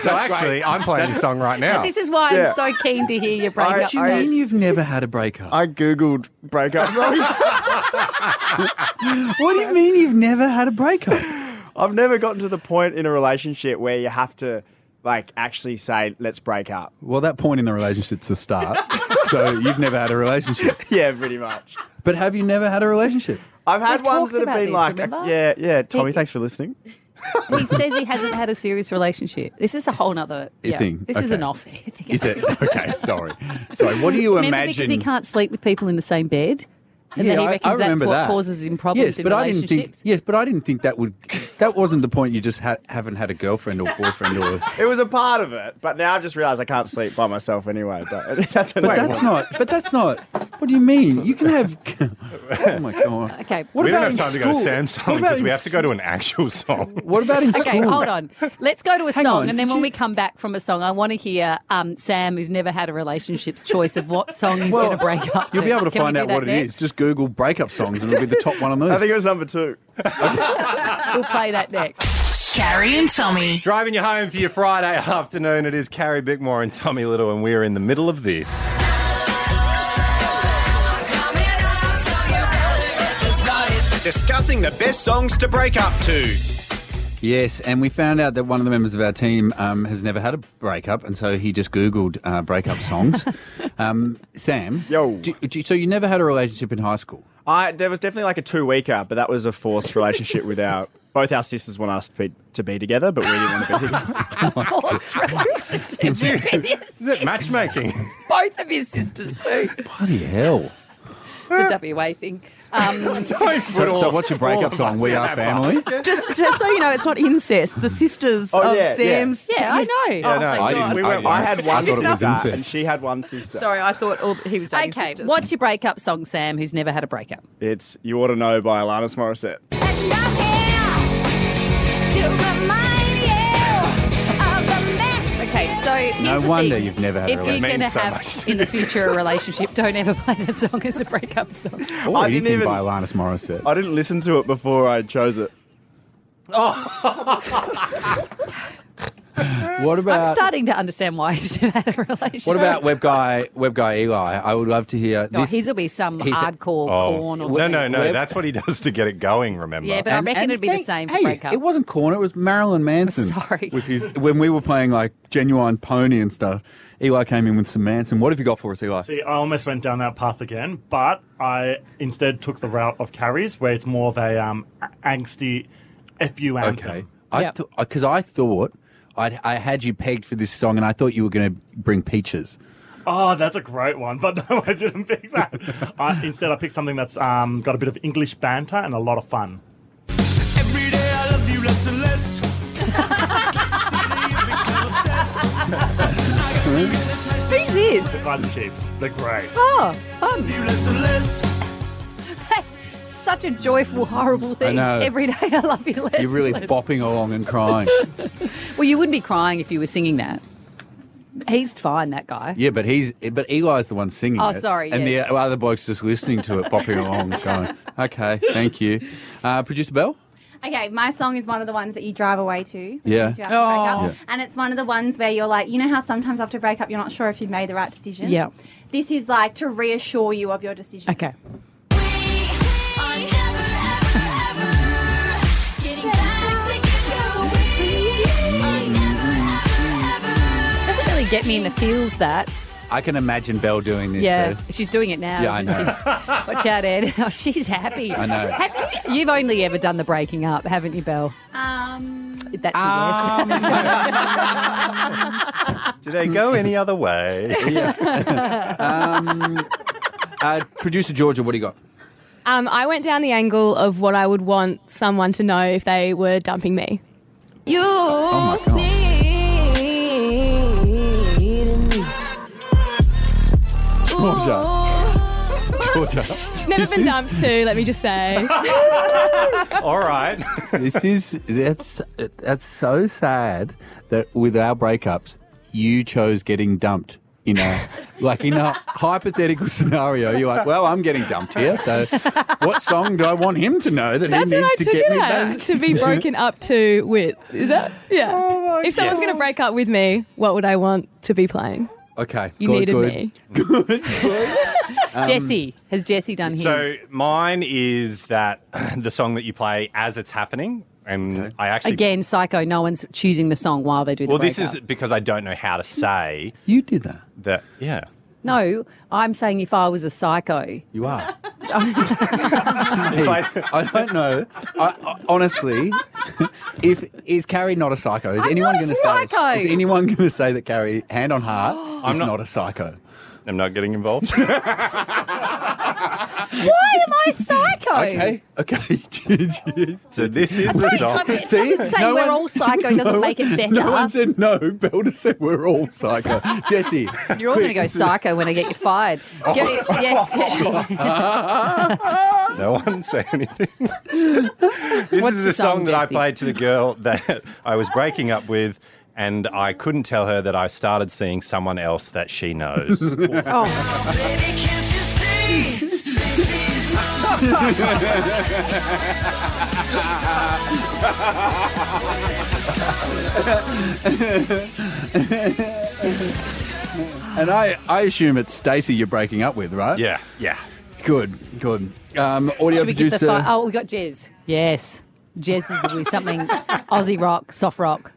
[SPEAKER 3] So actually, I'm playing this song right
[SPEAKER 7] So
[SPEAKER 3] now.
[SPEAKER 7] this is why
[SPEAKER 12] Yeah.
[SPEAKER 7] I'm so keen to hear your breakup.
[SPEAKER 4] What do you mean you've never had a breakup?
[SPEAKER 12] I googled breakup songs.
[SPEAKER 4] what do you mean you've never had a breakup?
[SPEAKER 12] I've never gotten to the point in a relationship where you have to like actually say, let's break up.
[SPEAKER 4] Well, that point in the relationship's a start. so you've never had a relationship.
[SPEAKER 12] Yeah, pretty much.
[SPEAKER 4] But have you never had a relationship?
[SPEAKER 12] I've had
[SPEAKER 7] We've talked
[SPEAKER 12] ones that have
[SPEAKER 7] about
[SPEAKER 12] been
[SPEAKER 7] this,
[SPEAKER 12] like,
[SPEAKER 7] remember?
[SPEAKER 12] yeah, yeah. Tommy,
[SPEAKER 7] Did-
[SPEAKER 12] thanks for listening.
[SPEAKER 7] he says he hasn't had a serious relationship. This is a whole nother
[SPEAKER 4] You
[SPEAKER 7] yeah,
[SPEAKER 4] think?
[SPEAKER 7] This is
[SPEAKER 4] Okay.
[SPEAKER 7] an off. air thing.
[SPEAKER 4] Is it? Okay, sorry. Sorry, what do you
[SPEAKER 7] remember
[SPEAKER 4] imagine?
[SPEAKER 7] because he can't sleep with people in the same bed, and
[SPEAKER 4] Yeah,
[SPEAKER 7] then he
[SPEAKER 4] I- I
[SPEAKER 7] reckons that's
[SPEAKER 4] remember
[SPEAKER 7] what
[SPEAKER 4] that.
[SPEAKER 7] causes him problems
[SPEAKER 4] yes,
[SPEAKER 7] in
[SPEAKER 4] but I
[SPEAKER 7] relationships.
[SPEAKER 4] didn't think. Yes, but I didn't think that would. That wasn't the point. You just ha- haven't had a girlfriend or boyfriend or.
[SPEAKER 12] It was a part of it, but now I just realised I can't sleep by myself anyway. But that's
[SPEAKER 4] But that's not. But that's not. What do you mean? You can have. Oh my god.
[SPEAKER 7] Okay.
[SPEAKER 4] What
[SPEAKER 3] we don't
[SPEAKER 4] about
[SPEAKER 3] have
[SPEAKER 4] in
[SPEAKER 3] time to go to
[SPEAKER 4] school?
[SPEAKER 3] Sam's
[SPEAKER 4] What about
[SPEAKER 3] because
[SPEAKER 4] in
[SPEAKER 3] we have to go to an actual song.
[SPEAKER 4] What about in
[SPEAKER 7] okay,
[SPEAKER 4] school?
[SPEAKER 7] hold on. Let's go to a
[SPEAKER 4] Hang
[SPEAKER 7] song,
[SPEAKER 4] on,
[SPEAKER 7] and then
[SPEAKER 4] did
[SPEAKER 7] when
[SPEAKER 4] you-
[SPEAKER 7] we come back from a song, I want to hear um, Sam, who's never had a relationship's choice of what song he's going to break up.
[SPEAKER 4] You'll be able to
[SPEAKER 7] Can we
[SPEAKER 4] find
[SPEAKER 7] do
[SPEAKER 4] out
[SPEAKER 7] that
[SPEAKER 4] what it
[SPEAKER 7] next?
[SPEAKER 4] is. Just Google breakup songs, and it'll be the top one on the list.
[SPEAKER 12] I think it was number two.
[SPEAKER 7] We'll play that next.
[SPEAKER 9] Carrie and Tommy.
[SPEAKER 3] Driving you home for your Friday afternoon. It is Carrie Bickmore and Tommy Little, and we're in the middle of this.
[SPEAKER 1] Discussing the best songs to break up to.
[SPEAKER 4] Yes, and we found out that one of the members of our team um, has never had a breakup, and so he just Googled uh, breakup songs. um, Sam, yo, so you never had a relationship in high school?
[SPEAKER 12] I there was definitely like a two weeker, but that was a forced relationship with our both our sisters want us to be to be together, but we didn't want to be together.
[SPEAKER 7] Forced relationship. with his-
[SPEAKER 3] Is it matchmaking?
[SPEAKER 7] Both of his sisters too.
[SPEAKER 4] Bloody hell!
[SPEAKER 7] It's a WA thing. Um,
[SPEAKER 4] So, so what's your breakup song? We are family.
[SPEAKER 11] Just, just so you know, it's not incest. The sisters
[SPEAKER 12] Oh,
[SPEAKER 11] of
[SPEAKER 12] yeah, yeah.
[SPEAKER 11] Sam's.
[SPEAKER 7] Yeah, I know.
[SPEAKER 11] Oh,
[SPEAKER 7] Yeah,
[SPEAKER 12] no,
[SPEAKER 11] thank
[SPEAKER 12] I
[SPEAKER 11] God.
[SPEAKER 12] We were, I, had
[SPEAKER 4] I
[SPEAKER 12] one
[SPEAKER 4] thought it was
[SPEAKER 12] sister,
[SPEAKER 4] incest.
[SPEAKER 12] and she had one sister.
[SPEAKER 11] Sorry, I thought all, he was dating
[SPEAKER 7] okay,
[SPEAKER 11] sisters.
[SPEAKER 7] what's your breakup song, Sam, who's never had a breakup?
[SPEAKER 12] It's "You Ought to Know" by Alanis Morissette.
[SPEAKER 7] Okay, so here's
[SPEAKER 4] No
[SPEAKER 7] the
[SPEAKER 4] wonder
[SPEAKER 7] thing.
[SPEAKER 4] you've never had a
[SPEAKER 7] If you're
[SPEAKER 4] relationship.
[SPEAKER 7] going to
[SPEAKER 4] Means so
[SPEAKER 7] have in the future a relationship, don't ever play that song as a breakup song.
[SPEAKER 4] Or
[SPEAKER 12] I
[SPEAKER 4] anything
[SPEAKER 12] didn't even-
[SPEAKER 4] by Alanis Morissette.
[SPEAKER 12] I didn't listen to it before I chose it.
[SPEAKER 4] What
[SPEAKER 7] I'm
[SPEAKER 4] about
[SPEAKER 7] starting to understand why he's never had a relationship.
[SPEAKER 4] what about web guy web guy Eli? I would love to hear
[SPEAKER 7] Oh,
[SPEAKER 4] this.
[SPEAKER 7] his will be some
[SPEAKER 4] he's a- oh.
[SPEAKER 7] hardcore corn or
[SPEAKER 3] no,
[SPEAKER 7] something.
[SPEAKER 3] no, no.
[SPEAKER 4] Web-
[SPEAKER 3] That's what he does to get it going. Remember?
[SPEAKER 7] Oh. Yeah, but I reckon it'd be the
[SPEAKER 4] hey-
[SPEAKER 7] same for
[SPEAKER 4] hey,
[SPEAKER 7] breakup.
[SPEAKER 4] It wasn't corn. It was Marilyn Manson.
[SPEAKER 7] Sorry.
[SPEAKER 4] was his when we were playing like genuine pony and stuff. Eli came in with some Manson. What have you got for us, Eli?
[SPEAKER 13] See, I almost went down that path again, but I instead took the route of Carrie's, where it's more of a um, a- angsty FU anthem.
[SPEAKER 8] um,
[SPEAKER 4] Okay. I because I thought I'd, I had you pegged for this song, and I thought you were going to bring peaches.
[SPEAKER 13] Oh, that's a great one, but no, I didn't pick that. I, instead, I picked something that's um, got a bit of English banter and a lot of fun.
[SPEAKER 1] Every day I love you less and less.
[SPEAKER 7] Who's this?
[SPEAKER 13] By the Chiefs. They're great.
[SPEAKER 7] Oh, fun. That's such a joyful, horrible thing.
[SPEAKER 4] know.
[SPEAKER 7] Every day I love you less.
[SPEAKER 4] You're really
[SPEAKER 7] and less.
[SPEAKER 4] bopping along and crying.
[SPEAKER 7] Well, you wouldn't be crying if you were singing that. He's fine, that guy.
[SPEAKER 4] yeah, but he's but Eli's the one singing.
[SPEAKER 7] Oh,
[SPEAKER 4] it,
[SPEAKER 7] sorry,
[SPEAKER 4] And
[SPEAKER 7] yeah.
[SPEAKER 4] the other bloke's just listening to it, bopping along, going, "Okay, thank you." Uh, Producer Bell.
[SPEAKER 14] Okay, my song is one of the ones that you drive away to. when
[SPEAKER 4] Yeah.
[SPEAKER 14] you two have to break up.
[SPEAKER 4] Oh. Yeah.
[SPEAKER 14] And it's one of the ones where you're like, you know how sometimes after a breakup you're not sure if you've made the right decision?
[SPEAKER 7] Yeah.
[SPEAKER 14] This is like to reassure you of your decision.
[SPEAKER 7] Okay. Doesn't really get me in the feels that.
[SPEAKER 4] I can imagine Bell doing this.
[SPEAKER 7] yeah,
[SPEAKER 4] though.
[SPEAKER 7] she's doing it now.
[SPEAKER 4] Yeah, I
[SPEAKER 7] isn't she?
[SPEAKER 4] know.
[SPEAKER 7] Watch out, Ed. Oh, she's happy.
[SPEAKER 4] I know.
[SPEAKER 7] Have you, have only ever done the breaking up, haven't you, Belle?
[SPEAKER 14] Um,
[SPEAKER 7] That's a yes.
[SPEAKER 3] Do they go any other way?
[SPEAKER 4] um, uh, Producer Georgia, what do you got?
[SPEAKER 15] Um, I went down the angle of what I would want someone to know if they were dumping me. You
[SPEAKER 4] Oh my god. Georgia. Georgia.
[SPEAKER 15] never
[SPEAKER 4] This
[SPEAKER 15] been
[SPEAKER 4] is-
[SPEAKER 15] dumped too. Let me just say.
[SPEAKER 3] All right.
[SPEAKER 4] this is that's that's so sad that with our breakups, you chose getting dumped. You know, like in a hypothetical scenario, you're like, well, I'm getting dumped here. So, what song do I want him to know that
[SPEAKER 15] That's
[SPEAKER 4] he
[SPEAKER 15] what I
[SPEAKER 4] needs to
[SPEAKER 15] took
[SPEAKER 4] get
[SPEAKER 15] it
[SPEAKER 4] me
[SPEAKER 15] as
[SPEAKER 4] back?
[SPEAKER 15] to be broken up to with. Is that yeah? if someone's
[SPEAKER 4] Oh God.
[SPEAKER 15] going to break up with me, what would I want to be playing?
[SPEAKER 4] Okay,
[SPEAKER 15] You
[SPEAKER 4] good,
[SPEAKER 15] needed
[SPEAKER 4] good.
[SPEAKER 15] me. Um,
[SPEAKER 7] Jesse. Has Jesse done his?
[SPEAKER 3] So mine is that the song that you play as it's happening. and I actually
[SPEAKER 7] Again, psycho. No one's choosing the song while they do the
[SPEAKER 3] well, this
[SPEAKER 7] breakup.
[SPEAKER 3] is because I don't know how to say
[SPEAKER 4] you did that.
[SPEAKER 3] That yeah,
[SPEAKER 7] No, I'm saying if I was a psycho.
[SPEAKER 4] You are. I, don't know. I, I, honestly, if is Carrie not a psycho? Is
[SPEAKER 7] I'm
[SPEAKER 4] anyone
[SPEAKER 7] not a
[SPEAKER 4] going to
[SPEAKER 7] psycho.
[SPEAKER 4] say? Is anyone going to say that Carrie, hand on heart,
[SPEAKER 3] I'm
[SPEAKER 4] is
[SPEAKER 3] not-
[SPEAKER 4] not, a psycho?
[SPEAKER 3] I'm not getting involved.
[SPEAKER 7] Why am I psycho?
[SPEAKER 4] Okay, okay.
[SPEAKER 3] so this is the
[SPEAKER 7] Don't-
[SPEAKER 3] song.
[SPEAKER 7] it doesn't say we're all psycho, doesn't make it better.
[SPEAKER 4] No one said no. Belda said we're all psycho. Jesse,
[SPEAKER 7] You're all going to
[SPEAKER 4] quick. Oh.
[SPEAKER 7] go psycho when I get you fired. Give me- yes, Jesse.
[SPEAKER 3] No one say anything. this
[SPEAKER 7] What's
[SPEAKER 3] is
[SPEAKER 7] your
[SPEAKER 3] a song,
[SPEAKER 7] song,
[SPEAKER 3] that I
[SPEAKER 7] Jesse?
[SPEAKER 3] played to the girl that I was breaking up with, and I couldn't tell her that I started seeing someone else that she knows.
[SPEAKER 4] Oh. And I, I assume it's Stacey you're breaking up with, right?
[SPEAKER 3] Yeah, yeah.
[SPEAKER 4] Good, good. Um, audio
[SPEAKER 7] Should we give the
[SPEAKER 4] producer.
[SPEAKER 7] fire? Oh, we got Jez. Yes. Jez is with something Aussie rock, soft rock.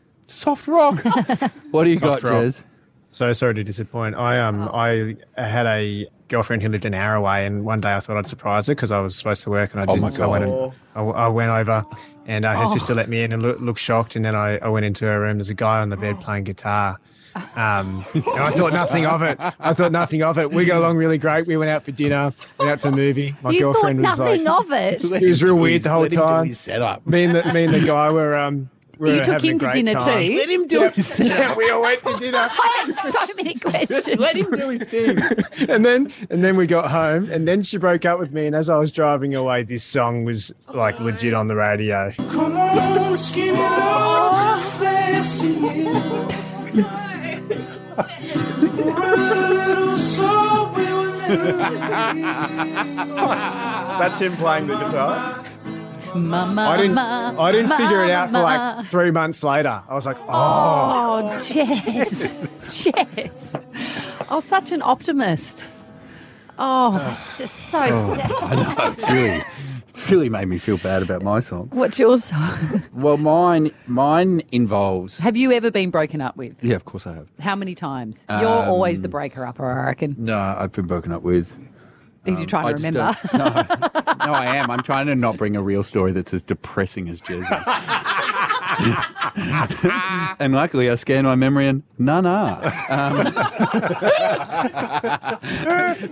[SPEAKER 4] Soft rock. What do you
[SPEAKER 16] Soft
[SPEAKER 4] got,
[SPEAKER 16] rock.
[SPEAKER 4] Jez?
[SPEAKER 16] So sorry to disappoint. I um
[SPEAKER 7] Oh.
[SPEAKER 16] I had a girlfriend who lived an hour away, and one day I thought I'd surprise her because I was supposed to work and I
[SPEAKER 4] Oh
[SPEAKER 16] didn't.
[SPEAKER 4] my
[SPEAKER 16] so I went,
[SPEAKER 4] God.
[SPEAKER 16] and, I, I went over, and uh, her
[SPEAKER 4] Oh.
[SPEAKER 16] sister let me in and loo- looked shocked. And then I, I went into her room. There's a guy on the
[SPEAKER 7] Oh.
[SPEAKER 16] bed playing guitar. Um, and I thought nothing of it. I thought nothing of it. We got along really great. We went out for dinner, went out to a movie. My
[SPEAKER 7] you thought
[SPEAKER 16] girlfriend was
[SPEAKER 7] nothing
[SPEAKER 16] like,
[SPEAKER 7] of it.
[SPEAKER 16] it was real weird the whole time. Me and the me and the guy were um. were
[SPEAKER 7] You took
[SPEAKER 16] having a
[SPEAKER 7] him to
[SPEAKER 16] great
[SPEAKER 7] dinner
[SPEAKER 16] time.
[SPEAKER 7] too.
[SPEAKER 16] Yep. Yeah, we all went to dinner.
[SPEAKER 7] I have so many questions.
[SPEAKER 4] let him do his thing.
[SPEAKER 16] and then and then we got home and then she broke up with me and as I was driving away this song was like legit on the radio.
[SPEAKER 1] Come on, skinny love, just let see it. We're a little soul we will never
[SPEAKER 12] That's him playing the guitar.
[SPEAKER 7] Mama,
[SPEAKER 16] I didn't
[SPEAKER 7] mama,
[SPEAKER 16] I didn't figure it out for
[SPEAKER 7] mama.
[SPEAKER 16] like 3 months later. I was like, "Oh,
[SPEAKER 7] Oh, Jez. Jez. Oh, such an optimist. Oh, that's just so
[SPEAKER 4] Oh,
[SPEAKER 7] sad.
[SPEAKER 4] I know. It's really, it's really made me feel bad about my song.
[SPEAKER 7] What's your song?
[SPEAKER 4] Well, mine, mine involves.
[SPEAKER 7] Have you ever been broken up with?
[SPEAKER 4] Yeah, of course I have.
[SPEAKER 7] How many times? You're always the
[SPEAKER 4] Um,
[SPEAKER 7] breaker upper, I reckon.
[SPEAKER 4] No, I've been broken up with.
[SPEAKER 7] Did you try to
[SPEAKER 4] um, I just
[SPEAKER 7] remember?
[SPEAKER 4] don't- No, no, I am. I'm trying to not bring a real story that's as depressing as Jez's. and luckily, I scanned my memory and none are. Um,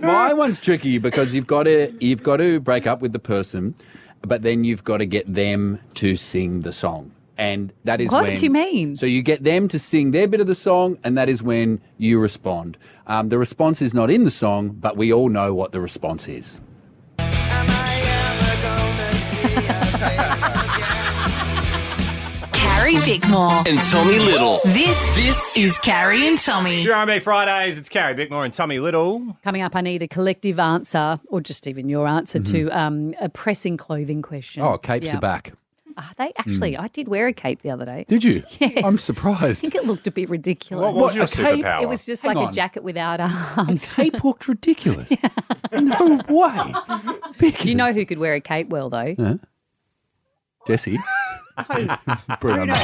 [SPEAKER 4] my one's tricky because you've got to you've got to break up with the person, but then you've got to get them to sing the song, and that is
[SPEAKER 7] What
[SPEAKER 4] when-
[SPEAKER 7] do you mean?
[SPEAKER 4] So you get them to sing their bit of the song, and that is when you respond. Um, the response is not in the song, but we all know what the response is.
[SPEAKER 2] Carrie Bickmore
[SPEAKER 3] And Tommy Little.
[SPEAKER 2] This this is Carrie and Tommy.
[SPEAKER 3] Your R&B Fridays. It's Carrie Bickmore and Tommy Little.
[SPEAKER 7] Coming up, I need a collective answer, or just even your answer to um, a pressing clothing question.
[SPEAKER 4] Mm-hmm. Oh, capes
[SPEAKER 7] Yeah.
[SPEAKER 4] are back. Mm.
[SPEAKER 7] Are they actually? I did wear a cape the other day.
[SPEAKER 4] Did you?
[SPEAKER 7] Yes.
[SPEAKER 4] I'm
[SPEAKER 7] I
[SPEAKER 4] surprised.
[SPEAKER 7] think it looked a bit ridiculous.
[SPEAKER 4] What was What, your a cape? superpower?
[SPEAKER 7] It was just
[SPEAKER 4] Hang
[SPEAKER 7] like a
[SPEAKER 4] on.
[SPEAKER 7] jacket without arms.
[SPEAKER 4] cape looked ridiculous. No way. Do
[SPEAKER 7] you know who could wear a cape well though?
[SPEAKER 4] Huh? Jesse. Bring on.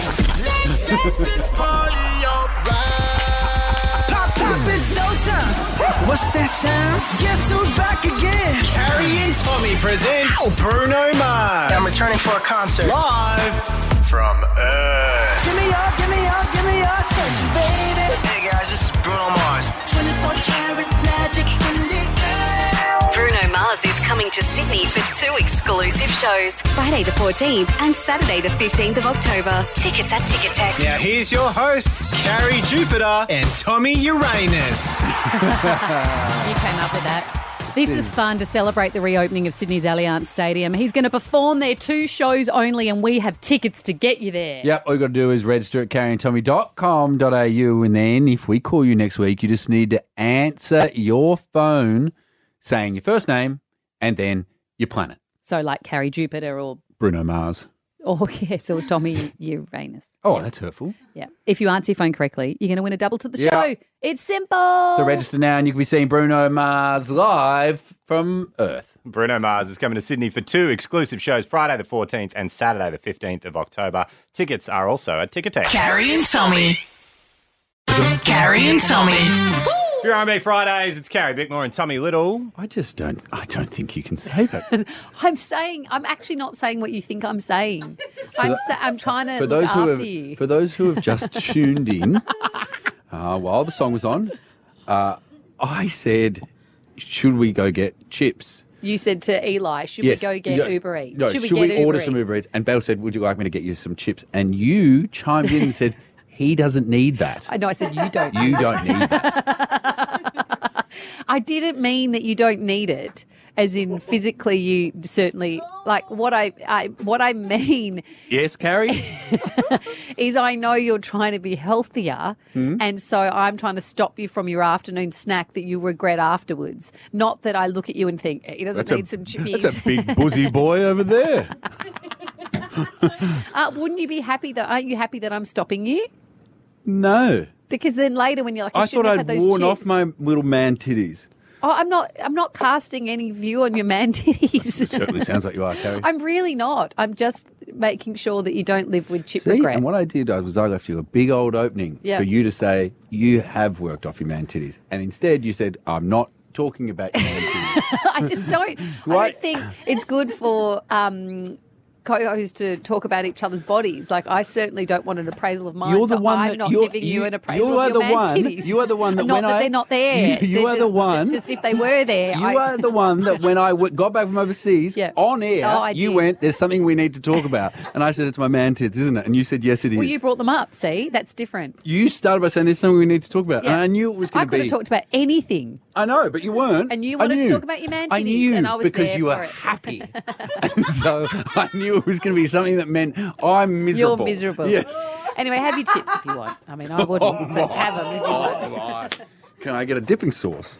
[SPEAKER 1] What's that sound? Guess who's back again? Carrie and Tommy presents Bruno Mars.
[SPEAKER 2] I'm returning
[SPEAKER 1] for a concert. Live from Earth.
[SPEAKER 2] Give me your, give me your, give me your attention, baby. Hey guys, this is Bruno Mars. 24 karat magic in the
[SPEAKER 17] Bruno Mars is coming to Sydney for two exclusive shows Friday the 14th and Saturday the 15th of October. Tickets at Ticketek.
[SPEAKER 1] Now here's your hosts, Carrie Jupiter and Tommy Uranus.
[SPEAKER 7] You came up with that. This is fun to celebrate the reopening of Sydney's Allianz Stadium. He's going to perform there two shows only, and we have tickets to get you there.
[SPEAKER 4] Yep, all you got to do is register at carryandtommy.com.au and then if we call you next week, you just need to answer your phone saying your first name and then your planet.
[SPEAKER 7] So, like Carrie Jupiter or
[SPEAKER 4] Bruno Mars.
[SPEAKER 7] or yes, or Tommy Uranus.
[SPEAKER 4] Oh, that's hurtful.
[SPEAKER 7] Yeah. If you answer your phone correctly, you're going to win a double to the
[SPEAKER 4] Yeah.
[SPEAKER 7] show. It's simple.
[SPEAKER 4] So register now and you can be seeing Bruno Mars live from Earth.
[SPEAKER 3] Bruno Mars is coming to Sydney for two exclusive shows Friday the 14th and Saturday the 15th of October. Tickets are also at Ticketek.
[SPEAKER 9] Carrie and Tommy. Carrie and Tommy.
[SPEAKER 3] Your R&B Fridays, it's Carrie Bickmore and Tommy Little.
[SPEAKER 4] I just don't. I don't think you can say that.
[SPEAKER 7] I'm saying, I'm actually not saying what you think I'm saying. I'm,
[SPEAKER 4] the-
[SPEAKER 7] sa- I'm trying to
[SPEAKER 4] for
[SPEAKER 7] look
[SPEAKER 4] those
[SPEAKER 7] after
[SPEAKER 4] who have,
[SPEAKER 7] you.
[SPEAKER 4] for those who have just tuned in, uh, while the song was on, uh, I said, "Should we go get chips?"
[SPEAKER 7] You said to Eli, should
[SPEAKER 4] Yes.
[SPEAKER 7] we go get
[SPEAKER 4] No,
[SPEAKER 7] Uber Eats?
[SPEAKER 4] No,
[SPEAKER 7] should we get
[SPEAKER 4] order
[SPEAKER 7] Uber
[SPEAKER 4] some
[SPEAKER 7] Eats?
[SPEAKER 4] Uber Eats? And Belle said, "Would you like me to get you some chips?" And you chimed in and said, "He doesn't need that.
[SPEAKER 7] I know I said you don't.
[SPEAKER 4] You don't need that."
[SPEAKER 7] I didn't mean that you don't need it, as in physically you certainly like what I, I what I mean
[SPEAKER 4] Yes, Carrie.
[SPEAKER 7] is I know you're trying to be healthier
[SPEAKER 4] Hmm.
[SPEAKER 7] and so I'm trying to stop you from your afternoon snack that you regret afterwards. Not that I look at you and think he doesn't
[SPEAKER 4] That's a-
[SPEAKER 7] need some chippies.
[SPEAKER 4] That's a big boozy boy over there.
[SPEAKER 7] uh, wouldn't you be happy that aren't you happy that I'm stopping you?
[SPEAKER 4] No,
[SPEAKER 7] Because then later when you're like, I,
[SPEAKER 4] I
[SPEAKER 7] shouldn't
[SPEAKER 4] thought
[SPEAKER 7] have had
[SPEAKER 4] I'd
[SPEAKER 7] those
[SPEAKER 4] worn
[SPEAKER 7] chips.
[SPEAKER 4] off my little man titties.
[SPEAKER 7] Oh, I'm not. I'm not casting any view on your man titties.
[SPEAKER 4] It certainly sounds like you are, Carrie.
[SPEAKER 7] I'm really not. I'm just making sure that you don't live with chip
[SPEAKER 4] See,
[SPEAKER 7] regret.
[SPEAKER 4] and what I did I was I left you a big old opening
[SPEAKER 7] Yeah.
[SPEAKER 4] for you to say you have worked off your man titties, and instead you said I'm not talking about your man titties.
[SPEAKER 7] I just don't. I don't
[SPEAKER 4] Right.
[SPEAKER 7] think it's good for um, co-hosts to talk about each other's bodies. Like I certainly don't want an appraisal of mine.
[SPEAKER 4] You're the
[SPEAKER 7] so
[SPEAKER 4] one
[SPEAKER 7] I'm
[SPEAKER 4] that-
[SPEAKER 7] not
[SPEAKER 4] you're-
[SPEAKER 7] giving
[SPEAKER 4] you-
[SPEAKER 7] you an appraisal
[SPEAKER 4] you are
[SPEAKER 7] of your
[SPEAKER 4] the
[SPEAKER 7] man
[SPEAKER 4] one-
[SPEAKER 7] titties.
[SPEAKER 4] you are the one that
[SPEAKER 7] not
[SPEAKER 4] when
[SPEAKER 7] that
[SPEAKER 4] I-
[SPEAKER 7] they're not there.
[SPEAKER 4] You- you
[SPEAKER 7] They're
[SPEAKER 4] are the
[SPEAKER 7] just-
[SPEAKER 4] one-
[SPEAKER 7] Just if they were there,
[SPEAKER 4] You
[SPEAKER 7] I-
[SPEAKER 4] are the one that when I w- got back from overseas on air,
[SPEAKER 7] Oh, I
[SPEAKER 4] you
[SPEAKER 7] did.
[SPEAKER 4] went, "There's something we need to talk about," and I said, "It's my man tits, isn't it?" And you said, "Yes, it is."
[SPEAKER 7] well,
[SPEAKER 4] you...
[SPEAKER 7] you brought them up. See, that's different.
[SPEAKER 4] started by saying, "There's something we need to talk about,"
[SPEAKER 7] Yeah.
[SPEAKER 4] and I knew it was
[SPEAKER 7] I
[SPEAKER 4] going to
[SPEAKER 7] could
[SPEAKER 4] be.
[SPEAKER 7] have talked about anything.
[SPEAKER 4] I know, but you weren't.
[SPEAKER 7] And you
[SPEAKER 4] I
[SPEAKER 7] wanted to
[SPEAKER 4] knew.
[SPEAKER 7] talk about your man
[SPEAKER 4] I
[SPEAKER 7] titties,
[SPEAKER 4] knew
[SPEAKER 7] and I was
[SPEAKER 4] because
[SPEAKER 7] there
[SPEAKER 4] you
[SPEAKER 7] for
[SPEAKER 4] were
[SPEAKER 7] it.
[SPEAKER 4] happy. so I knew it was going to be something that meant I'm miserable.
[SPEAKER 7] You're miserable.
[SPEAKER 4] Yes.
[SPEAKER 7] Anyway, have your chips if you want. I mean, I wouldn't,
[SPEAKER 4] Oh,
[SPEAKER 7] but have them if you want.
[SPEAKER 4] Can I get a dipping sauce?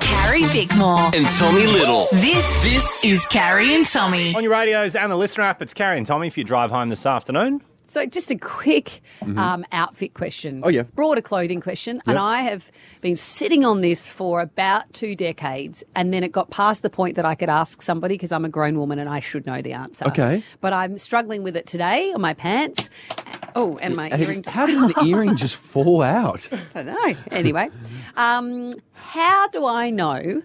[SPEAKER 9] Carrie Bickmore
[SPEAKER 3] And Tommy Little.
[SPEAKER 9] This this is Carrie and Tommy.
[SPEAKER 3] On your radios and the listener app, it's Carrie and Tommy if you drive home this afternoon.
[SPEAKER 7] So, just a quick
[SPEAKER 3] Mhm.
[SPEAKER 7] um, outfit question.
[SPEAKER 3] Oh, yeah.
[SPEAKER 7] Broader clothing question. And
[SPEAKER 3] Yeah.
[SPEAKER 7] I have been sitting on this for about two decades. And then it got past the point that I could ask somebody because I'm a grown woman and I should know the answer.
[SPEAKER 4] Okay.
[SPEAKER 7] But I'm struggling with it today on my pants. Oh, and my
[SPEAKER 4] How did-
[SPEAKER 7] earring. just
[SPEAKER 4] How did
[SPEAKER 7] fell
[SPEAKER 4] an earring just fall out?
[SPEAKER 7] I don't know. Anyway, um, how do I know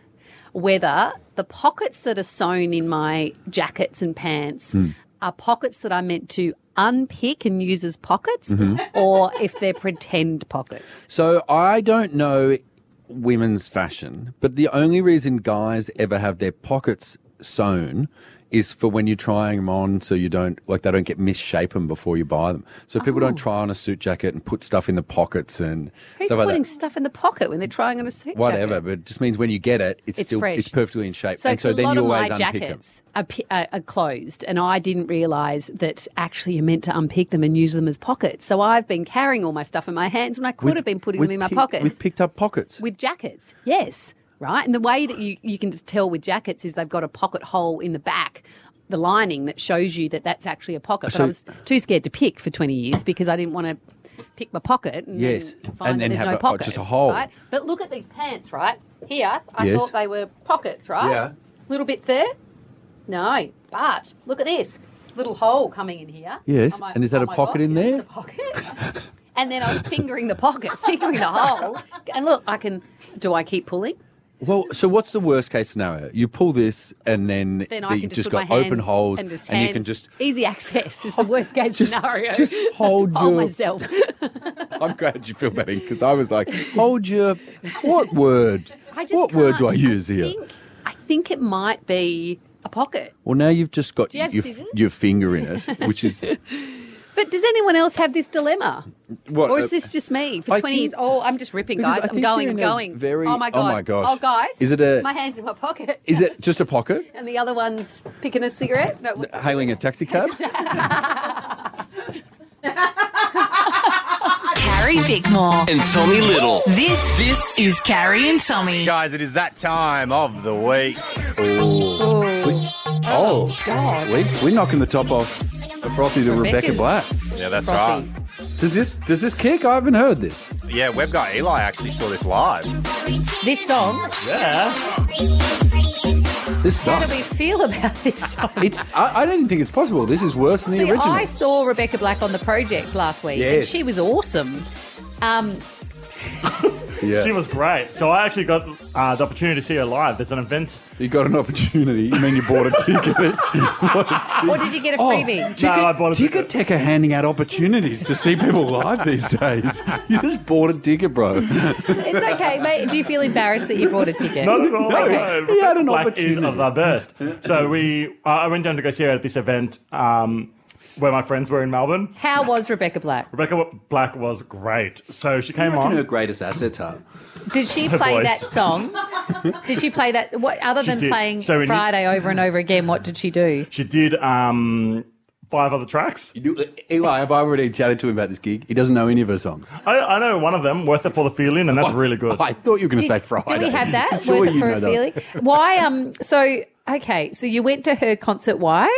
[SPEAKER 7] whether the pockets that are sewn in my jackets and pants
[SPEAKER 9] Hmm.
[SPEAKER 7] are pockets that I meant to unpick and use as pockets,
[SPEAKER 4] Mhm.
[SPEAKER 7] or if they're pretend pockets?
[SPEAKER 4] So I don't know women's fashion, but the only reason guys ever have their pockets sewn is for when you're trying them on so you don't like they don't get misshapen before you buy them. So people don't try on a suit jacket and put stuff in the pockets and
[SPEAKER 7] Oh. Who's
[SPEAKER 4] stuff like
[SPEAKER 7] putting
[SPEAKER 4] that.
[SPEAKER 7] stuff in the pocket when they're trying on a suit?
[SPEAKER 4] Whatever, but it just means when you get it, it's,
[SPEAKER 7] It's
[SPEAKER 4] still
[SPEAKER 7] fresh.
[SPEAKER 4] it's perfectly in shape.
[SPEAKER 7] Jacket? So,
[SPEAKER 4] and
[SPEAKER 7] 'cause
[SPEAKER 4] so
[SPEAKER 7] a
[SPEAKER 4] then
[SPEAKER 7] lot
[SPEAKER 4] you
[SPEAKER 7] of
[SPEAKER 4] always
[SPEAKER 7] my
[SPEAKER 4] unpick them.
[SPEAKER 7] jackets are, pi- are, are closed, and I didn't realise that actually you're meant to unpick them and use them as pockets. So I've been carrying all my stuff in my hands when I could
[SPEAKER 4] With-
[SPEAKER 7] have been putting
[SPEAKER 4] with
[SPEAKER 7] them in my
[SPEAKER 4] pi-
[SPEAKER 7] pockets.
[SPEAKER 4] With picked up pockets.
[SPEAKER 7] With jackets, yes, right. And the way that you, you can just tell with jackets is they've got a pocket hole in the back, the lining that shows you that that's actually a pocket. But I
[SPEAKER 4] So-
[SPEAKER 7] was too scared to pick for 20 years because I didn't want to pick my pocket and
[SPEAKER 4] Yes,
[SPEAKER 7] then find
[SPEAKER 4] and
[SPEAKER 7] that
[SPEAKER 4] then
[SPEAKER 7] there's
[SPEAKER 4] have
[SPEAKER 7] no
[SPEAKER 4] a- oh,
[SPEAKER 7] pocket.
[SPEAKER 4] just a hole.
[SPEAKER 7] Right? But look at these pants, right? Here, I
[SPEAKER 4] Yes.
[SPEAKER 7] thought they were pockets, right?
[SPEAKER 4] Yeah.
[SPEAKER 7] Little bits there? No, but look at this. Little hole coming in here.
[SPEAKER 4] Yes,
[SPEAKER 7] I'm like,
[SPEAKER 4] and is that
[SPEAKER 7] "Oh
[SPEAKER 4] a
[SPEAKER 7] my
[SPEAKER 4] pocket
[SPEAKER 7] God,
[SPEAKER 4] in
[SPEAKER 7] is this
[SPEAKER 4] there?
[SPEAKER 7] a pocket?" and then I was fingering the pocket, fingering the hole. And look, I can. Do I keep pulling?
[SPEAKER 4] Well, so what's the worst case scenario? You pull this, and then,
[SPEAKER 7] Then
[SPEAKER 4] the-
[SPEAKER 7] I
[SPEAKER 4] you
[SPEAKER 7] can just,
[SPEAKER 4] just
[SPEAKER 7] put
[SPEAKER 4] got
[SPEAKER 7] my hands
[SPEAKER 4] open holes,
[SPEAKER 7] and, just
[SPEAKER 4] you can
[SPEAKER 7] hands-
[SPEAKER 4] just.
[SPEAKER 7] easy access is the worst case scenario.
[SPEAKER 4] just hold your-
[SPEAKER 7] myself.
[SPEAKER 4] I'm glad you filled that in because I was like, hold your. What word?
[SPEAKER 7] I just
[SPEAKER 4] What word do I
[SPEAKER 7] can't-
[SPEAKER 4] use here?
[SPEAKER 7] I think it might be a pocket.
[SPEAKER 4] Well, now you've just got
[SPEAKER 7] Do you have
[SPEAKER 4] your,
[SPEAKER 7] scissors?
[SPEAKER 4] your finger in it, which is
[SPEAKER 7] But does anyone else have this dilemma?
[SPEAKER 4] what.
[SPEAKER 7] or is
[SPEAKER 4] uh,
[SPEAKER 7] this just me for
[SPEAKER 4] I
[SPEAKER 7] 20
[SPEAKER 4] think-
[SPEAKER 7] years? Oh, I'm just ripping,
[SPEAKER 4] because
[SPEAKER 7] guys.
[SPEAKER 4] I
[SPEAKER 7] I'm
[SPEAKER 4] think
[SPEAKER 7] going,
[SPEAKER 4] you're
[SPEAKER 7] I'm
[SPEAKER 4] in a
[SPEAKER 7] going.
[SPEAKER 4] very-
[SPEAKER 7] oh, my
[SPEAKER 4] oh,
[SPEAKER 7] God.
[SPEAKER 4] my gosh.
[SPEAKER 7] Oh, guys.
[SPEAKER 4] Is it a-
[SPEAKER 7] My hand's in my pocket.
[SPEAKER 4] Is it just a pocket?
[SPEAKER 7] And the other one's picking a cigarette? No, what's
[SPEAKER 4] Hailing a taxi cab?
[SPEAKER 9] Carrie Bickmore
[SPEAKER 3] And Tommy Little.
[SPEAKER 9] This this is Carrie and Tommy.
[SPEAKER 3] Guys, it is that time of the week.
[SPEAKER 4] Oh, we, we're knocking the top off the frothy to Rebecca
[SPEAKER 3] Rebecca's
[SPEAKER 4] Black.
[SPEAKER 3] Yeah, that's
[SPEAKER 4] Frothy. Does this does this kick? I haven't heard this.
[SPEAKER 18] yeah, web guy Eli actually saw this live.
[SPEAKER 7] This song.
[SPEAKER 18] Yeah.
[SPEAKER 4] This
[SPEAKER 7] How
[SPEAKER 4] sucks.
[SPEAKER 7] do we feel about this song?
[SPEAKER 4] It's. I, I don't think it's possible. This is worse than
[SPEAKER 7] See,
[SPEAKER 4] the original.
[SPEAKER 7] I saw Rebecca Black on the project last week, and
[SPEAKER 4] Yes.
[SPEAKER 7] she was awesome. Um,
[SPEAKER 4] Yeah.
[SPEAKER 13] She was great. So I actually got uh, the opportunity to see her live. There's an event.
[SPEAKER 4] You got an opportunity. You mean you bought a ticket?
[SPEAKER 7] or did you get a
[SPEAKER 13] Oh,
[SPEAKER 7] freebie?
[SPEAKER 13] no, I bought a
[SPEAKER 4] Oh, ticket tech are handing out opportunities to see people live these days. You just bought a ticket, bro.
[SPEAKER 7] It's okay, mate. Do you feel embarrassed that you bought a ticket?
[SPEAKER 13] Not at all.
[SPEAKER 7] Okay.
[SPEAKER 13] No, Black is of the best. So we, uh, I I went down to go see her at this event um, where my friends were in Melbourne.
[SPEAKER 7] How was Rebecca Black?
[SPEAKER 13] Rebecca Black was great. So she came on.
[SPEAKER 4] her greatest assets are.
[SPEAKER 7] Did she
[SPEAKER 13] Her
[SPEAKER 7] play
[SPEAKER 13] voice.
[SPEAKER 7] that song? Did she play that? What other
[SPEAKER 13] She
[SPEAKER 7] than
[SPEAKER 13] did.
[SPEAKER 7] playing
[SPEAKER 13] So in-
[SPEAKER 7] Friday over and over again? What did she do?
[SPEAKER 13] She did um, five other tracks.
[SPEAKER 4] Eli, have I already chatted to him about this gig? He doesn't know any of her songs.
[SPEAKER 13] I, I know one of them, Worth It for the Feeling, and that's really good.
[SPEAKER 4] I thought you were going to say
[SPEAKER 7] Do
[SPEAKER 4] Friday.
[SPEAKER 7] we have that?
[SPEAKER 13] Sure
[SPEAKER 7] Worth it
[SPEAKER 13] you
[SPEAKER 7] for a
[SPEAKER 13] know that.
[SPEAKER 7] feeling? Why? Um. So okay. So you went to her concert. Why?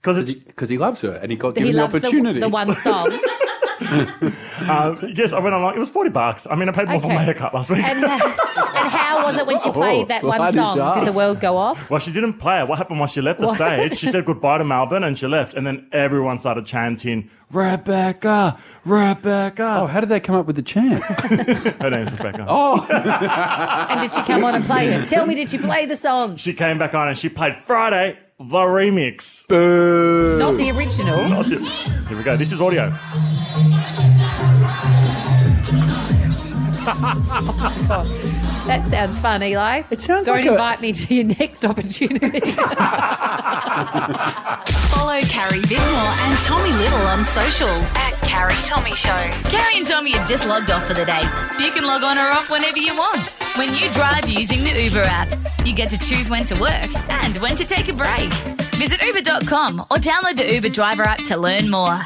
[SPEAKER 13] Because
[SPEAKER 4] he, loves her and he got
[SPEAKER 7] He
[SPEAKER 4] given the
[SPEAKER 7] loves the-
[SPEAKER 4] opportunity.
[SPEAKER 7] the one song.
[SPEAKER 13] Um, yes, I went online. It was 40 bucks. I mean, I paid more for
[SPEAKER 7] Okay.
[SPEAKER 13] my haircut last week.
[SPEAKER 7] And, and how was it when she
[SPEAKER 13] Oh,
[SPEAKER 7] played that one
[SPEAKER 13] bloody
[SPEAKER 7] song?
[SPEAKER 13] dark.
[SPEAKER 7] Did the world go off?
[SPEAKER 13] Well, she didn't play it. What happened was she left the
[SPEAKER 7] What?
[SPEAKER 13] stage. She said goodbye to Melbourne and she left. And then everyone started chanting, Rebecca, Rebecca.
[SPEAKER 4] Oh, how did they come up with the chant? Oh.
[SPEAKER 13] Her name's Rebecca.
[SPEAKER 7] And did she come on and play it? Tell me, did she play the song?
[SPEAKER 13] She came back on and she played Friday, the remix.
[SPEAKER 4] Boo.
[SPEAKER 7] Not the original.
[SPEAKER 13] Not the- Here we go. This is audio.
[SPEAKER 7] That sounds fun, Eli. It sounds Don't
[SPEAKER 2] like a-
[SPEAKER 7] invite me to your next opportunity.
[SPEAKER 2] Follow Carrie Bickmore and Tommy Little on socials at Carrie Tommy Show. Carrie and Tommy have just logged off for the day. You can log on or off whenever you want. When you drive using the Uber app, you get to choose when to work and when to take a break. Visit uber.com or download the Uber driver app to learn more.